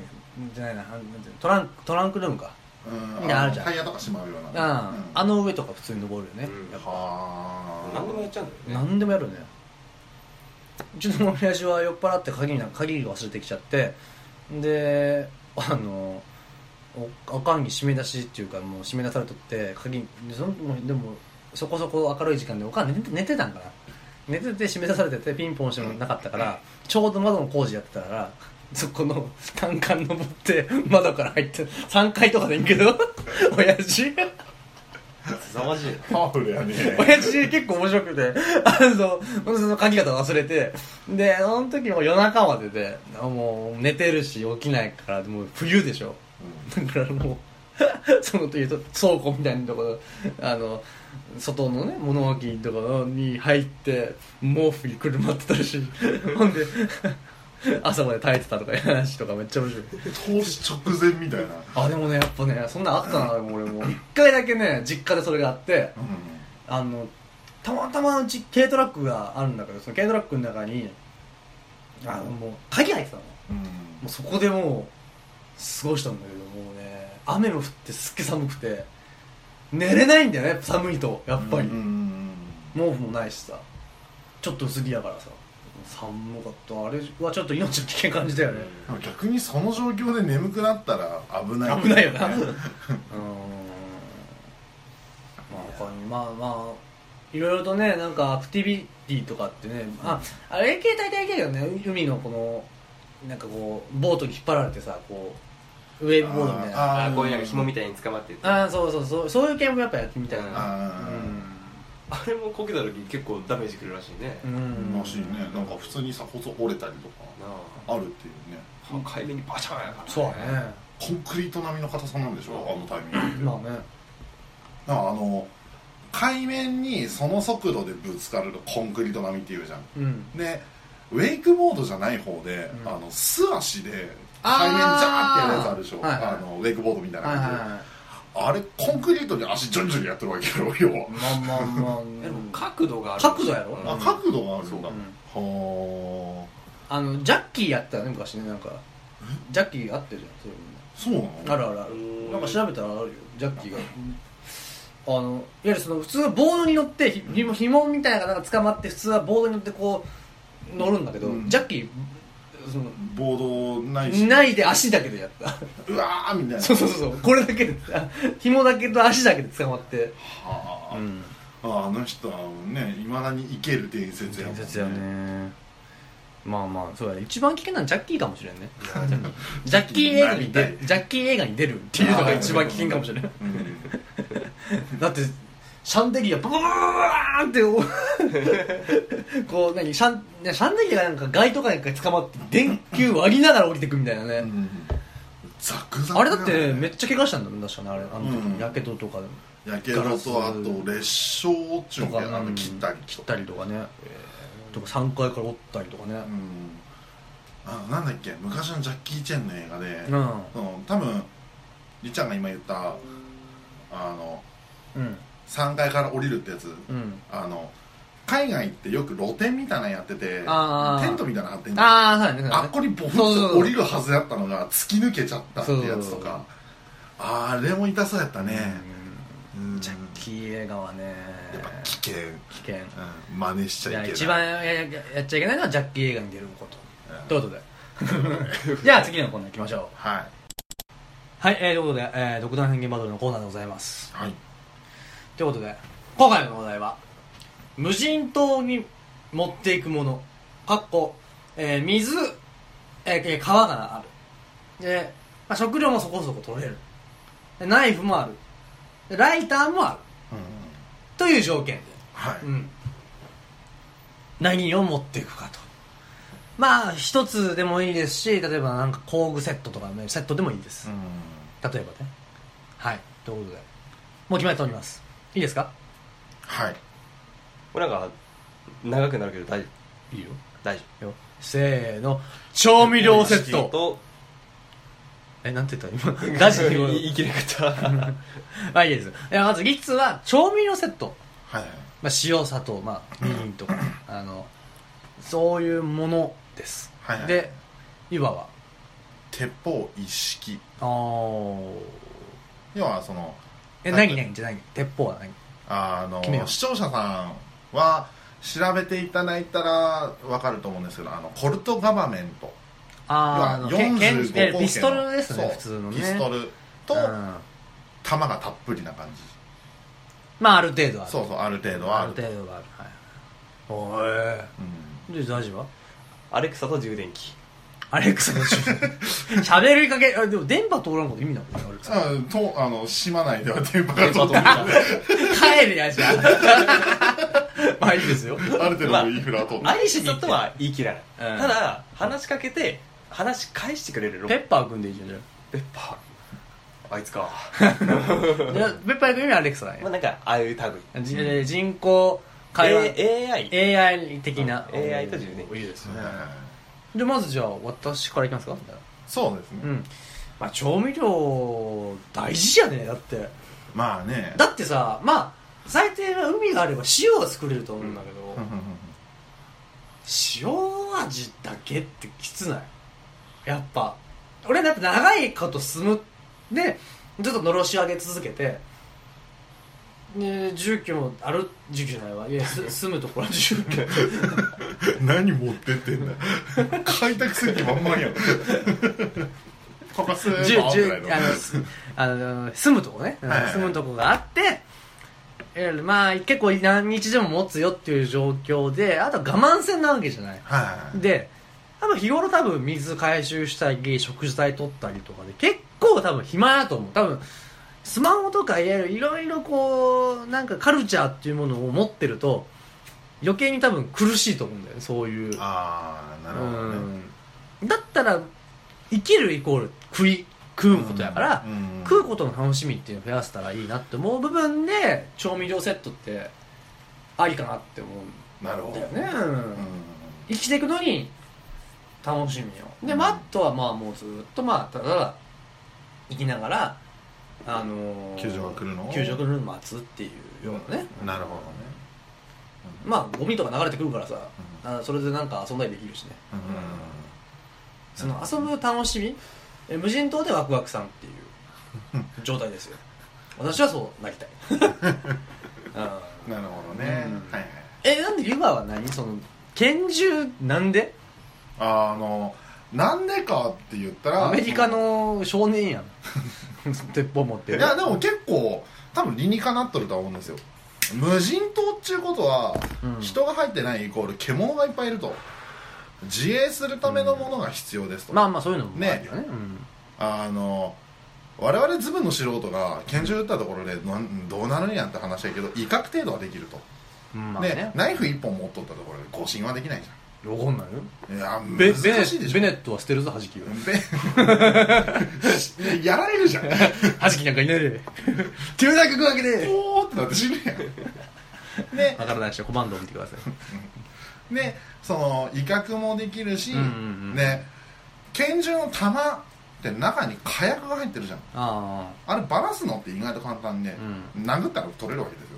じゃないななんていうのトランクトランクルームか、うんねあるじゃんタイヤとかしまうようなうんねうんあの上とか普通に登るよね、うんやっぱは何でもやっちゃうんだよね何でもやるねうちの親父は酔っ払って鍵な鍵忘れてきちゃってであのおおかんに締め出しっていうかもう締め出されとって鍵でそのもうでもそこそこ明るい時間でおかん寝て寝てたんかな寝てて締め出されててピンポンしてもなかったからちょうど窓の工事やってたからそこの単管登って窓から入って3階とかでいいけど親父凄まじいなパワフルや <laughs> ね親父結構面白くて、あの、その書き方忘れて、で、その時も夜中までで、もう寝てるし起きないから、もう冬でしょ。だからもう、 <laughs> その時倉庫みたいなところ、あの、外のね、物置とかに入って、毛布にくるまってたし、ほんで、朝まで耐えてたとかいう話とかめっちゃ面白い。投資直前みたいなあ、でもね、やっぱね、そんなんあったな、俺も。一回だけね、実家でそれがあって、うあのたまたまうち軽トラックがあるんだけどその軽トラックの中にあのもう鍵入ってたのもんうんうそこでもう過ごしたんだけどもうね雨も降ってすっげえ寒くて寝れないんだよねやっぱ寒いとやっぱり、うんうん毛布もないしさちょっと薄着やからさ寒かったあれはちょっと命の危険感じたよね、うんうん逆にその状況で眠くなったら危ない、危ないよなううんんまあ他にまあまあいろいろとねなんかアクティビティとかってねああれ系大体あれだけどね海のこのなんかこうボートに引っ張られてさこうウェーブボードみたいなああーこういうなんか紐みたいに捕まっててあああそうそうそうそういう系もやっぱやってみたいなあれもこけた時結構ダメージくるらしいね、う、なんーらしいねなんか普通にさ細折れたりとかあるっていうねあ海面にバシャーンやからそうだねコンクリート並みの硬さなんでしょあのタイミングまあねなんかあの海面にその速度でぶつかるとコンクリート並みっていうじゃんうんでウェイクボードじゃない方で、うんあの素足であー海面ジャーってやるやつあるでしょはいはいあのウェイクボードみたいなはい感はじいで、はいあれコンクリートで足ジョリジョリやってるわけよ要は、まあまあまあでも角度がある角度やろうんあ角度があるんだ、そうはあのジャッキーやったよね昔ねなんかジャッキーあってるじゃんそういうあそうなのあのるあるあうるーんなんか調べたらあるよジャッキーがあのいわゆるその普通はボードに乗ってひひも紐みたいなのがなんか捕まって普通はボードに乗ってこう乗るんだけど、うんジャッキーそのボードないしないで足だけでやった <laughs> うわーみたいなそうそうそうそうこれだけで <laughs> あ紐だけと足だけで捕まってはあ、ああの人はねいまだに生ける伝説やもんねまあまあそうだね一番危険なのはジャッキーかもしれんねいやでもジャッキー映画になり出たジャッキー映画に出るっていうのが一番危険かもしれないうんだってシャンデリアブワーってお <laughs> こう何シャンねシャンデリアがなんか街とかに捕まって電球割りながら降りてくみたいなね、うんザクザクあれだってめねっちゃ怪我したんだもん確かにあれあのうん時やけどとかでもやけどとあと裂傷っちゅとうんけかどあうのん切ったりと切ったりとかね、とか3階から折ったりとかねうんあのなんだっけ昔のジャッキー・チェンの映画で、うんその多分りっちゃんが今言ったあのうん3階から降りるってやつうんあの海外ってよく露店みたいなのやっててテあーントみたいなの張ってんじゃんああそうだねそうだあねっこにボフそうそうッそとう降りるはずやったのが突き抜けちゃったってやつそとうそうそうかあれも痛そうやったね、うんジャッキー映画はねやっぱ危険、危険うん、真似しちいゃいやけない一番やややっちゃいけないのはジャッキー映画に出ることうんということで <laughs> じゃあ次のコーナー行きましょうはいはい、えー、ということで、えー、独断偏見バトルのコーナーでございますはいということで今回のお題は無人島に持っていくものかっこ、えー水、えーえー川があるで、まあ、食料もそこそこ取れるでナイフもあるでライターもあるという条件ではい、うん、何を持っていくかとまあ一つでもいいですし例えばなんか工具セットとかねセットでもいいです、例えばねはいということでもう決まっておりますいいですかはいこれなんか長くなるけど大いいよ大丈せーの調味料セッ夫トとえなんて言った今ガチで言う言い切れ方まあいいですいやまずリッツは調味料セット、はいまあ、塩砂糖まあみりんとかあのそういうものです、はいはいで湯葉は鉄砲一式あー要はそのえ、はい何何じゃあ何鉄砲は何あの決めよう視聴者さんは調べていただいたらわかると思うんですけどあのコルトガバメントあ要ーはあのけ剣45口径えのピストルですそねう普通のねピストルとうん弾がたっぷりな感じまあある程度はあるそうそうある程度はああるる程度はあるはいおうんいで大丈夫はアレクサと充電器アレクサの <laughs> 喋りかけあでも電波通らんこと意味なくないアレクサあとあの島内では電波が通って帰るやじゃ <laughs> あまあいいですよある程度のインフラを通ってアレクサとは言い切らない、うんただ話しかけて話し返してくれるロペッパー君でいいじゃんじゃペッパーあいつかあいやペッパー君よりアレクサだまあねなんかああいう類じえー人工会話、 A- AI AI 的なうん AI と充電器いいですうんねでまずじゃあ私からいきますかそうですね、うんまあ調味料大事じゃねえだってまあねだってさまあ最低は海があれば塩が作れると思うんだけど、うんうんうん塩味だけってきつないやっぱ俺だって長いこと住むでずっとのろし上げ続けてで住居もある住居じゃないわいや <laughs> す住むところ住居 <laughs> 何持ってってんだ開拓する気満々やんここすー住ばーぐらい住あのすあの住むとこね、うんはいはい住むとこがあってえーまあ結構何日でも持つよっていう状況であと我慢戦なわけじゃないはいで多分日頃多分水回収したり食材取ったりとかで結構多分暇やと思う多分スマホとかいわゆるいろいろこうなんかカルチャーっていうものを持ってると余計に多分苦しいと思うんだよねそういうああなるほどねうんだったら生きるイコール食い食うことやから、うんうん食うことの楽しみっていうのを増やせたらいいなって思う部分で調味料セットってありかなって思うなるほんどだよね、う生きていくのに楽しみをで、うんマットはまあもうずっとまあただただ生きながらあのー、救助が来るのを救助が来るのを待つっていうようなね、んなるほどねまあゴミとか流れてくるからさ、うあそれでなんか遊んだりできるしねうんその遊ぶ楽しみえ無人島でワクワクさんっていう状態ですよ私はそうな <laughs> りたい、うん、なるほどねうんはいはいえなんでリバーは何その拳銃なんであのなんでかって言ったらアメリカの少年 <laughs> やん鉄砲持っていやでも結構多分理にかなっとるとは思うんですよ無人島っちゅうことは、うん人が入ってないイコール獣がいっぱいいると自衛するためのものが必要ですと、まあまあそういうのもあるよねねあの我々ズブの素人が拳銃撃ったところでなんどうなるんやんって話やけど威嚇程度はできると、うんまあでねナイフ1本持っとったところで誤信はできないじわかんないよゃんいやベ難ベネしいでッしょベネットは捨てるぞ弾き <laughs> をベやられるじゃん弾きなんかいない <laughs> で急な曲わけでポーってなって死ぬやんでわからない人はコマンドを見てください <laughs> でその威嚇もできるし、うんうんうんね拳銃の弾って中に火薬が入ってるじゃんああれバラすのって意外と簡単で、殴ったら取れるわけですよ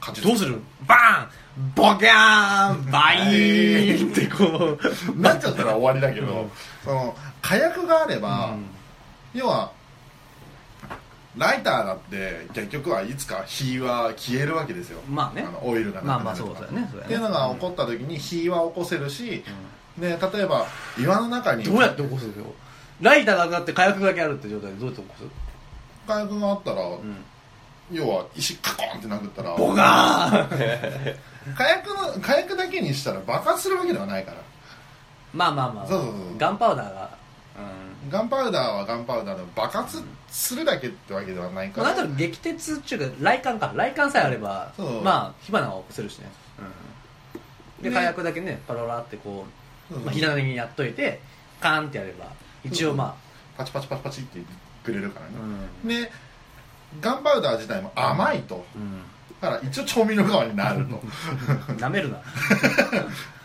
勝あちどうするバーンボキャーンバイーンってこなっちゃったら終わりだけど、うんその火薬があれば、うん要はライターだって結局はいつか火は消えるわけですようまあねあのオイルがまあまくなあるとそうかだよねそうっだていうよねのが起こった時に火は起こせるし、で例えば岩の中にどうやって起こすよライターがなくなって火薬だけあるって状態でどうやって起こす火薬があったら、うん要は石カコンって殴ったらボガーン火薬の火薬だけにしたら爆発するわけではないからまあまあまあそうそうそうガンパウダーがガンパウダーはガンパウダーでも爆発するだけってわけではないかまあ、らなんだろう激鉄っていうか雷管か雷管さえあればそうまあ火花は起こせるしね、でね火薬だけねパロラってこう、うんまあ、火種にやっといてカーンってやれば一応まパチパチパチパチって言ってくれるからあねう、ん、でガンパウダー自体も甘いとだから一応調味料代わりになるとうん、舐めるな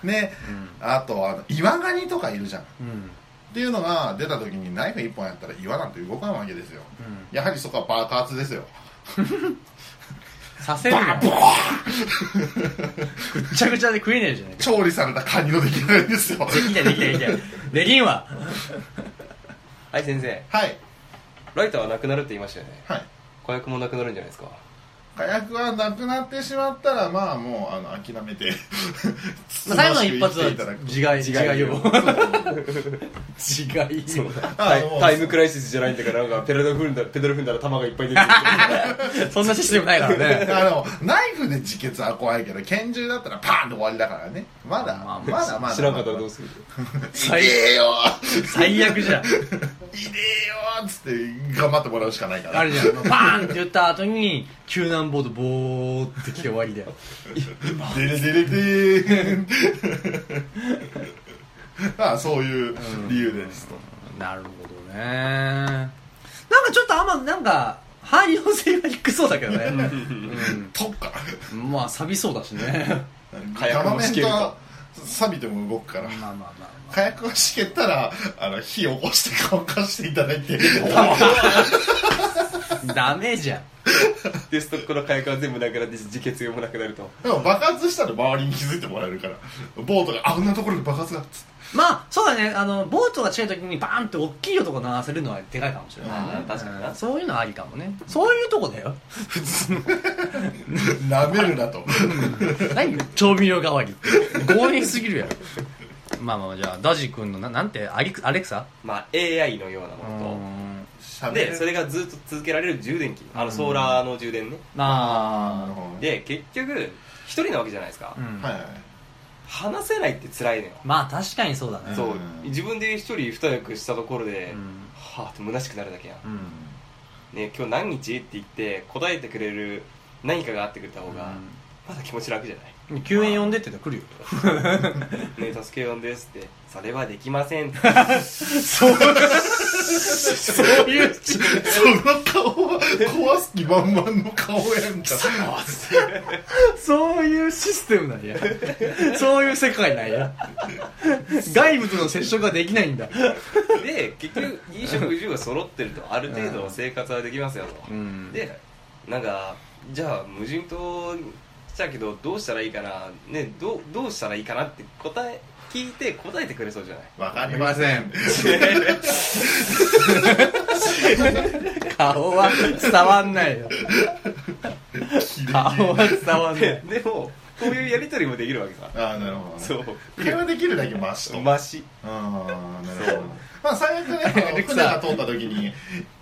ねあとあの岩ガニとかいるじゃんっうんうんていうのが出た時にナイフ一本やったら岩なんて動かんわけですようんやはりそこは爆発ですよさせるなぐっちゃぐちゃで食えねえじゃねえか調理されたカニの出来上がりですよできないできないできないできんわはい先生はいライターはなくなるって言いましたよねはい火薬もなくなるんじゃないですか火薬はなくなってしまったらまあもうあの諦めてまあ最後の一発はつつましく自害自害よ自害よあタイもうタイムクライシスじゃないんだからなんかペダル踏んだペダル踏んだら弾がいっぱい出てくるそんなシステムないからね生きて <laughs> あのナイフで自決は怖いけど拳銃だったらパーンと終わりだからねまだまあまだまだまだ知らんかったらどうする痛えよ最悪じゃん痛えよっつって頑張ってもらうしかないからあれじゃんパーンって言った後に救難ボードボーって来て終わりだよデレデレデーンまあそういう理由ですと、なるほどねなんかちょっとあんまなんか汎用性が低そうだけどね、とっかうん、まあ錆びそうだしね火薬もしけるとガバメントは錆びても動くか <laughs> らまあまあまあ、ま火薬をしけたらあの火を起こして乾かしていただいてあ、ダメじゃんでストックの火薬は全部なくなって自決用もなくなるとでも爆発したら周りに気づいてもらえるからボートがあんなところで爆発がっつってまあそうだねあのボートが近い時にバーンって大きい音が鳴らせるのはでかいかもしれない、ねあ、ー確かになうんそういうのはありかもねそういうとこだよ普通のなめるなと何調味料代わりって強引すぎるやろまあまあじゃあダジ君のななんてアリクアレクサまあ AI のようなうもーのん喋とでそれがずっと続けられる充電器あのソーラーの充電ねなるあほどねで結局一人なわけじゃないですあ、かうんはいはい話せないって辛いのよまあ確かにそうだねそううん自分で一人二役したところでうんはぁって虚しくなるだけやんうんね今日何日って言って答えてくれる何かがあってくれた方がまだ気持ち楽じゃないうん救援呼んでって言ったら来るよね助け呼んですってそれはできませんってそうそういうその顔は壊す気満々の顔やんかそういうシステムなんやそういう世界なんや外部との接触ができないんだで結局飲食住が揃ってるとある程度の生活はできますよと、んでなんかじゃあ無人島来たけどどうしたらいいかなねどうどうしたらいいかなって答え聞いて答えてくれそうじゃないわかりませ <laughs> ん顔は伝わんないよ顔は伝わんないででもこういうやり取りもできるわけ <laughs> さああなるほどねそう会話できるだけマシとマシああなるほどまあ最悪ね船が通った時に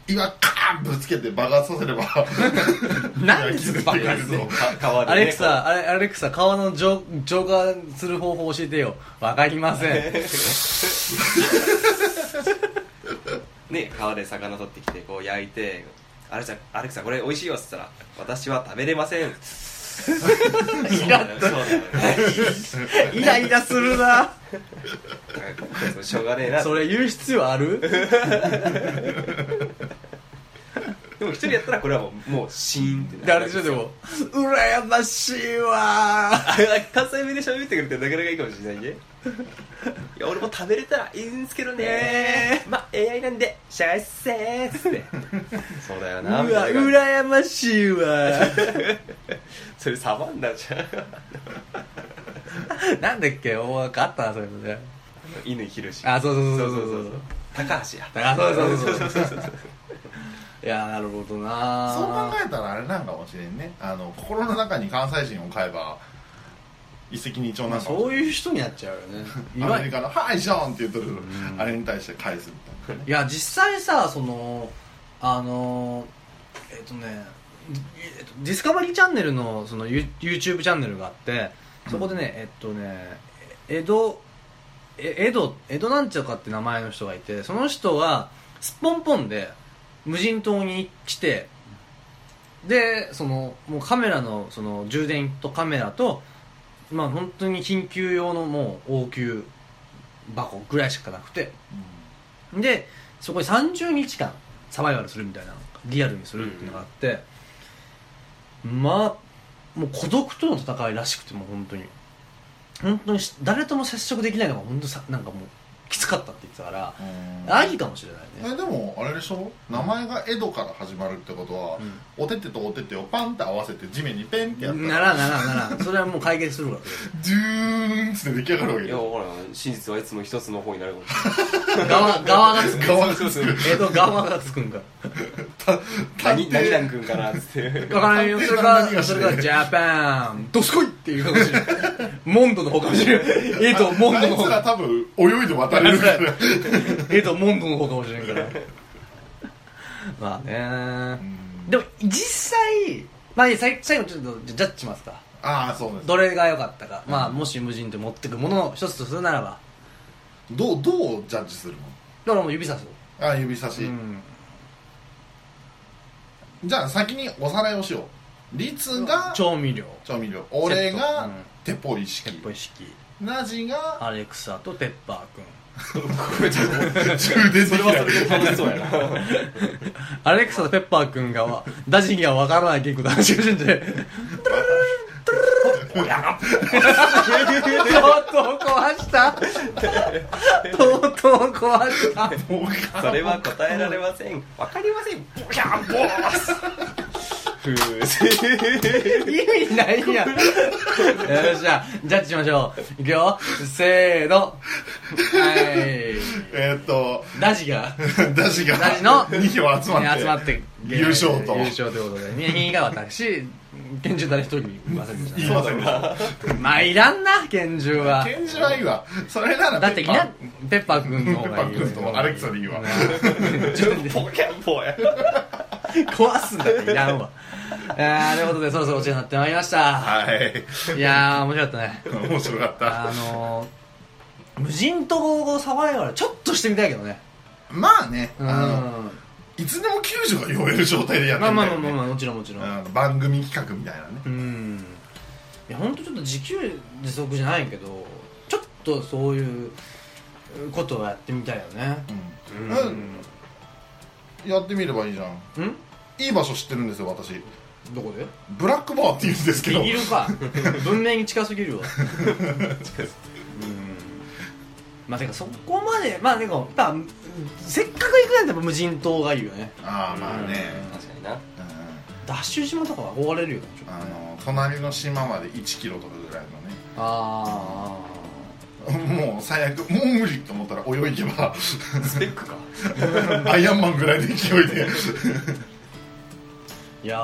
岩カーンぶつけて爆発させればなんですぐ爆発するそうか変わる、ね、アレクサ、あれアレクサ、川の浄浄化する方法教えてよ。わかりません。 <laughs> ね川で魚取ってきてこう焼いて「アレクサアレクサこれ美味しいよ」っつったら「私は食べれ <laughs> ません」イラ <laughs> ッとイライラするな。しょうがねえなそれ言う必要あ <laughs> るでも一人やったらこれはもうもうシーンってなる誰でしょ、でも。羨ましいわー。あれ関西弁で喋ってくれてなかなかいいかもしれないね <laughs> いや俺も食べれたらいいんですけどねまあ AI なんでシャイっせーっつって <laughs> そうだようなわ、みたいな感じ羨ましいわー。それサバンナじゃんなんだっけ、おわかったな、そういうのね。乾ひろしあ、そうそうそそうそうそそううそううそそうう。高橋やあ、そうそうそうそう。いやー、なるほどなー。そう考えたらあれなんかもしれんねあの心の中に関西人を飼えば一石二鳥なんかもしそういう人になっちゃうよね。れんアメリカの「はいジョーン!」って言っとるあれに対して返すみたいないや実際さそのあのえっ、とねえっとディスカバリーチャンネルのその You- YouTube チャンネルがあってそこでね、えっとね江戸え江戸江戸なんちゃかって名前の人がいてその人はすっぽんぽんで無人島に来てでそのもうカメラのその充電とカメラとまあ本当に緊急用のもう応急箱ぐらいしかなくてでそこに30日間サバイバルするみたいなリアルにするっていうのがあって、まあもう孤独との戦いらしくてもう本当に本当にし誰とも接触できないのが本当さなんかもうきつかったって言ってたから、うんありかもしれないね、えでもあれでしょ名前が江戸から始まるってことは、おててとおててをパンって合わせて地面にペンってやったなららならならそれはもう解決するからジューンって出来上がるわけいでやほら真実はいつも一つの方になる <laughs> かもし側側がつく側がそうそう江戸側がつくんかれない何何々君かなっつってわからんよそれ何がそがしれてがジャパンどすこいっていうかもしれないモンドの方かもしれない江戸モンあドのい方つら多分泳いで渡れる <laughs> からえっとモンドの方かもしれんから <laughs> まあねでも実際まあいい最最後ちょっとジャッジしますかああそうですどれが良かったか、まあもし無人で持ってくものの一つとするならばどうどうジャッジするのだからもう指さすああ指差し、うんじゃあ先におさらいをしよう律が調味料調味料俺うがんテポイ式鉄砲意識ナジがアレクサとペッパー君充電でそれきなはいそれで楽しそうやな <laughs> アレクサとペッパー君がわダジには分からない言語で話し始めてとうとう壊したとうとう壊したそれは答えられませんわかりませんボキャンボース風船意味ないやん。よっしゃ、ジャッジしましょう。いくよ。せーの。はい。えーっと <laughs> ダジが、ダジがダジの2票集まって集まって、優勝と優勝ということで、2位が私、拳銃誰一人いませんでしたねい。ませんまあ、いらんな、拳銃は。拳銃はいいわそれならだって、いペッパな、ペッパーくんの方がいいよ。ペッパーくんとアレクサでいいわうんちょっとねポケンポや壊すんだっていらん <laughs> わ。あーということで、そろそろお時間になってまいりました。はいいやー、面白かったね。面白かったあのー、無人島サバイバルちょっとしてみたいけどねまあね、うんあのいつでも救助が呼べる状態でやってまあんまだあよまあねまあ、まあ、もちろんもちろんうん番組企画みたいなねうんいや本当ちょっと自給自足じゃないけどちょっとそういうことをやってみたいよねうんやってみればいいじゃんうんいい場所知ってるんですよ私どこでブラックバーって言うんですけどビニール <laughs> か文明に近すぎるわすうんまあてかそこまでまあでもやっぱせっかく行くなんてやっぱ無人島がいいよねああまあね、確かになうんダッシュ島とか憧れるよねちょっとあねの隣の島まで1キロとかぐらいのねあ <laughs> もう最悪もう無理と思ったら泳いけば <laughs> スペックかアイアンマンぐらいの勢いで <laughs> ーいやー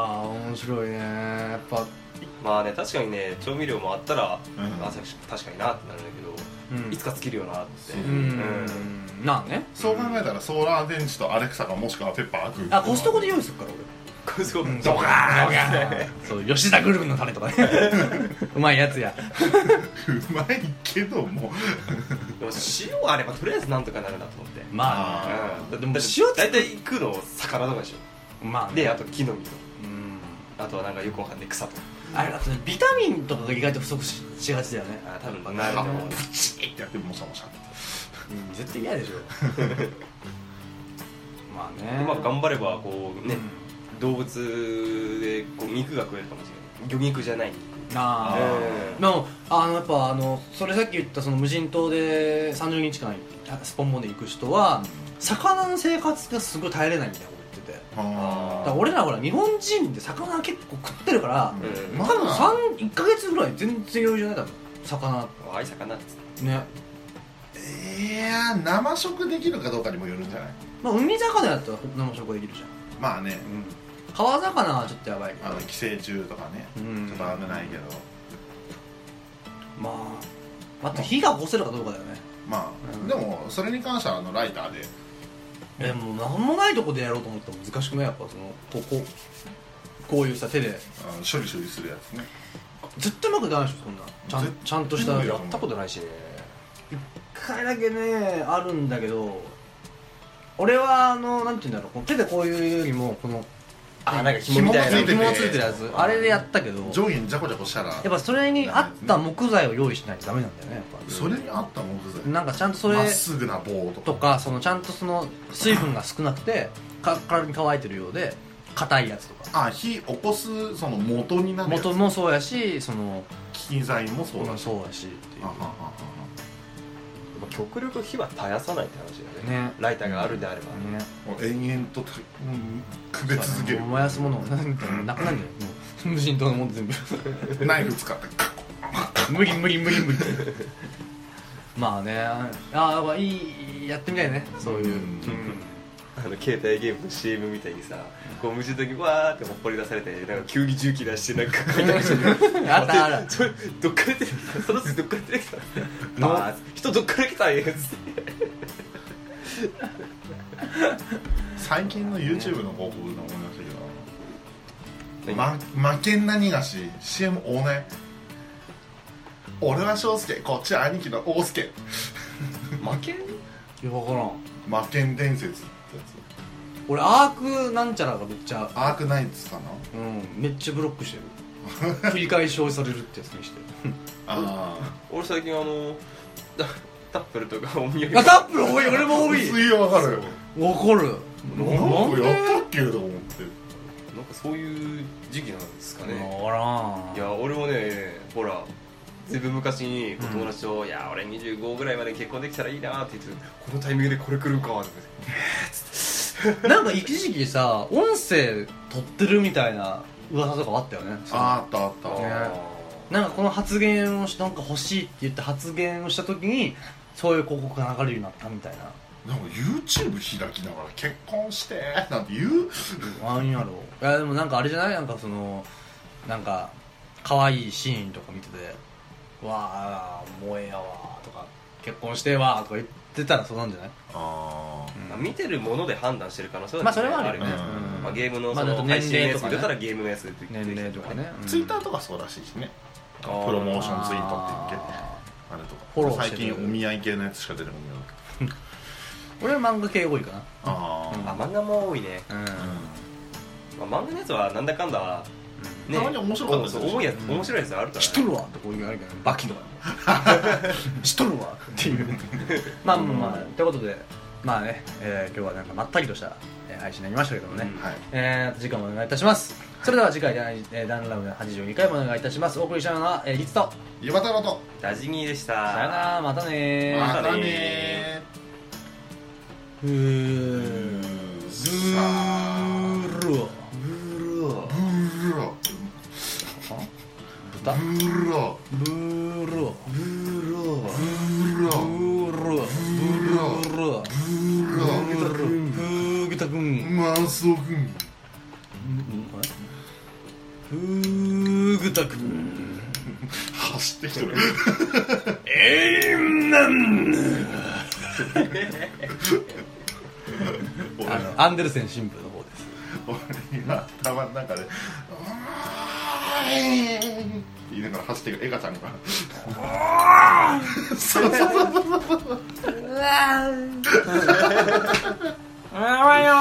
面白いねやっぱ、まあね確かにね調味料もあったら、うんあ確か確かになってなるんだけうど、ん、いつか尽きるよなってうん、なんねそう考えたらソーラー電池とアレクサかもしくはペッパー開くあコストコで用意するからこれすごく俺ドカーンそう吉田グルメのタレとか <laughs> ねうまいやつやうまいけどもでも塩あればとりあえずなんとかなるなと思ってまあねあうん、だってももうう塩塩大体食うの魚とかでしまあょねであと木の実とうんあとはなんかよくわかんない草とかあれだってねビタミンとかが意外と不足ししがちだよね、あ多分なると歯思もうプチーってやってもしゃもしゃってうん、絶対嫌でしょ <laughs> まあねまあ頑張ればこうね、うん動物でこう肉が食えるかもしれない魚肉じゃない肉あえあーでもあのやっぱあのそれさっき言ったその無人島で30日間スポンボンで行く人は魚の生活がすごい耐えれないみたいなこと言っててだあから俺らほら日本人って魚結構食ってるから、うんー多ま分あ3 1ヶ月ぐらい全然余裕じゃない多分魚ああい魚っつってねいやー生食できるかどうかにもよるんじゃないまあ海魚だったら生食できるじゃん、まあね川魚はちょっとやばいけあどの寄生虫とかねうんちょっと危ないけどまああと火が起こせるかどうかだよねまうんあでもそれに関してはあのライターででもなんもないとこでやろうと思ったら難しくないやっぱそのこここういうさ手であの処理処理するやつね絶対うまくいかないでしょそんなちゃん絶ちゃんとした無理一よやったことないしね回だけねあるんだけど俺はあのなんて言うんだろうこう手でこういうよりもこのあなんか紐紐みみたたいいなな紐ついてるやつあれでやったけどや上下にジャコジャコしたらやっっぱそれに合った木材を用意しないとダメなんだよねやっそれに合った木ぱ材なんかちゃんとそれまっすぐな棒ととかかそのちゃんとその水分が少なくてか体に乾いてるようで硬いやつとかあ火起こすその元になるやつ元もそうやしその機材もそうだしそうやしっていうあはははまあ極力火は絶やさないって話だよねねライターがあるんであれば、ねもう延々とた、うん、くべ続けもう燃やすものがなんかなくなるんじゃないもう無人島のもの全部るナイフ使ってカッ無理無理無理無理まあねああやっぱいいやってみたいねそういう、うんあの携帯ゲームの CM みたいにさこう無人の時わーってほっぽり出されてなんか急に重機出してなんか書いたりしてうん <laughs> あったあら <laughs> ちょどっから出てきた <laughs> その人どっから出てきたなあー人どっから来たんやつって最近の YouTube の広告で思いましたけど、ま、負けんなにがし CM 多ね俺は翔介こっちは兄貴の大介負けんいや分からん負けん伝説ってやつ俺アークなんちゃらがめっちゃアークナイツかなうんめっちゃブロックして <laughs> る繰り返し表示されるってやつにしてあ俺最近あのタタップルとかお土産あタップル多い俺もあ多い薄いわかる怒るなんかやったっけと思ってなんかそういう時期なんですかね分からんいや俺もねほらずいぶん昔にこう友達と「いや俺25ぐらいまで結婚できたらいいな」って言って「このタイミングでこれ来るんか」ってなんか一時期さ音声撮ってるみたいな噂とかあったよねあーあったあっねたなんかこの発言をしなんか欲しいって言って発言をした時にそういう広告が流れるようになったみたいななんか YouTube 開きながら結婚してなんて言うなんやろいやでもなんかあれじゃないなんかそのなんか可愛いシーンとか見てて「わあ萌えやわ」とか「結婚してわ」とか言ってたらそうなんじゃないああまあ見てるもので判断してる可能性は、まあそれはあるよねうんまあ、ゲームのまあそのだと配信の年や齢とつかね出たらゲームのやつ出てきた年齢とかね、ツイッターとかそうらしいしねプロモーションツイートっていうっけあれとかフォローし最てる近お見合い系のやつしか出てこないよ俺は漫画系多いかなああ漫画も多いね、うん、あ、うんまあ、漫画のやつはなんだかんだ、ね、たまに面白かったりすそるう重いやつ面白いやつあるか知っらとねるわとこういうのあるけどねバキとかね知っとるわっていう <laughs> まあまあまあということでまあね、えー今日はなんかまったりとしたえー配信になりましたけどもね、うんはいえー、次回もお願いいたしますそれでは次回で、えー、ダンラムの82回もお願いいたしますお送りしたのは、えー、リツと湯畑のとダジニーでしたさよならまたねままたたねねうーんーずずーるーーろ豚ブーロブールーブーロブーブロールーブールーブブーロールーブーギタ君マンソ君ふーぐたくん走ってきてるえいなん俺あのアンデルセン新聞の方です俺今頭の中で「うーん」って言いながら走ってるエガちゃんが「そうそうそうそううわあわよ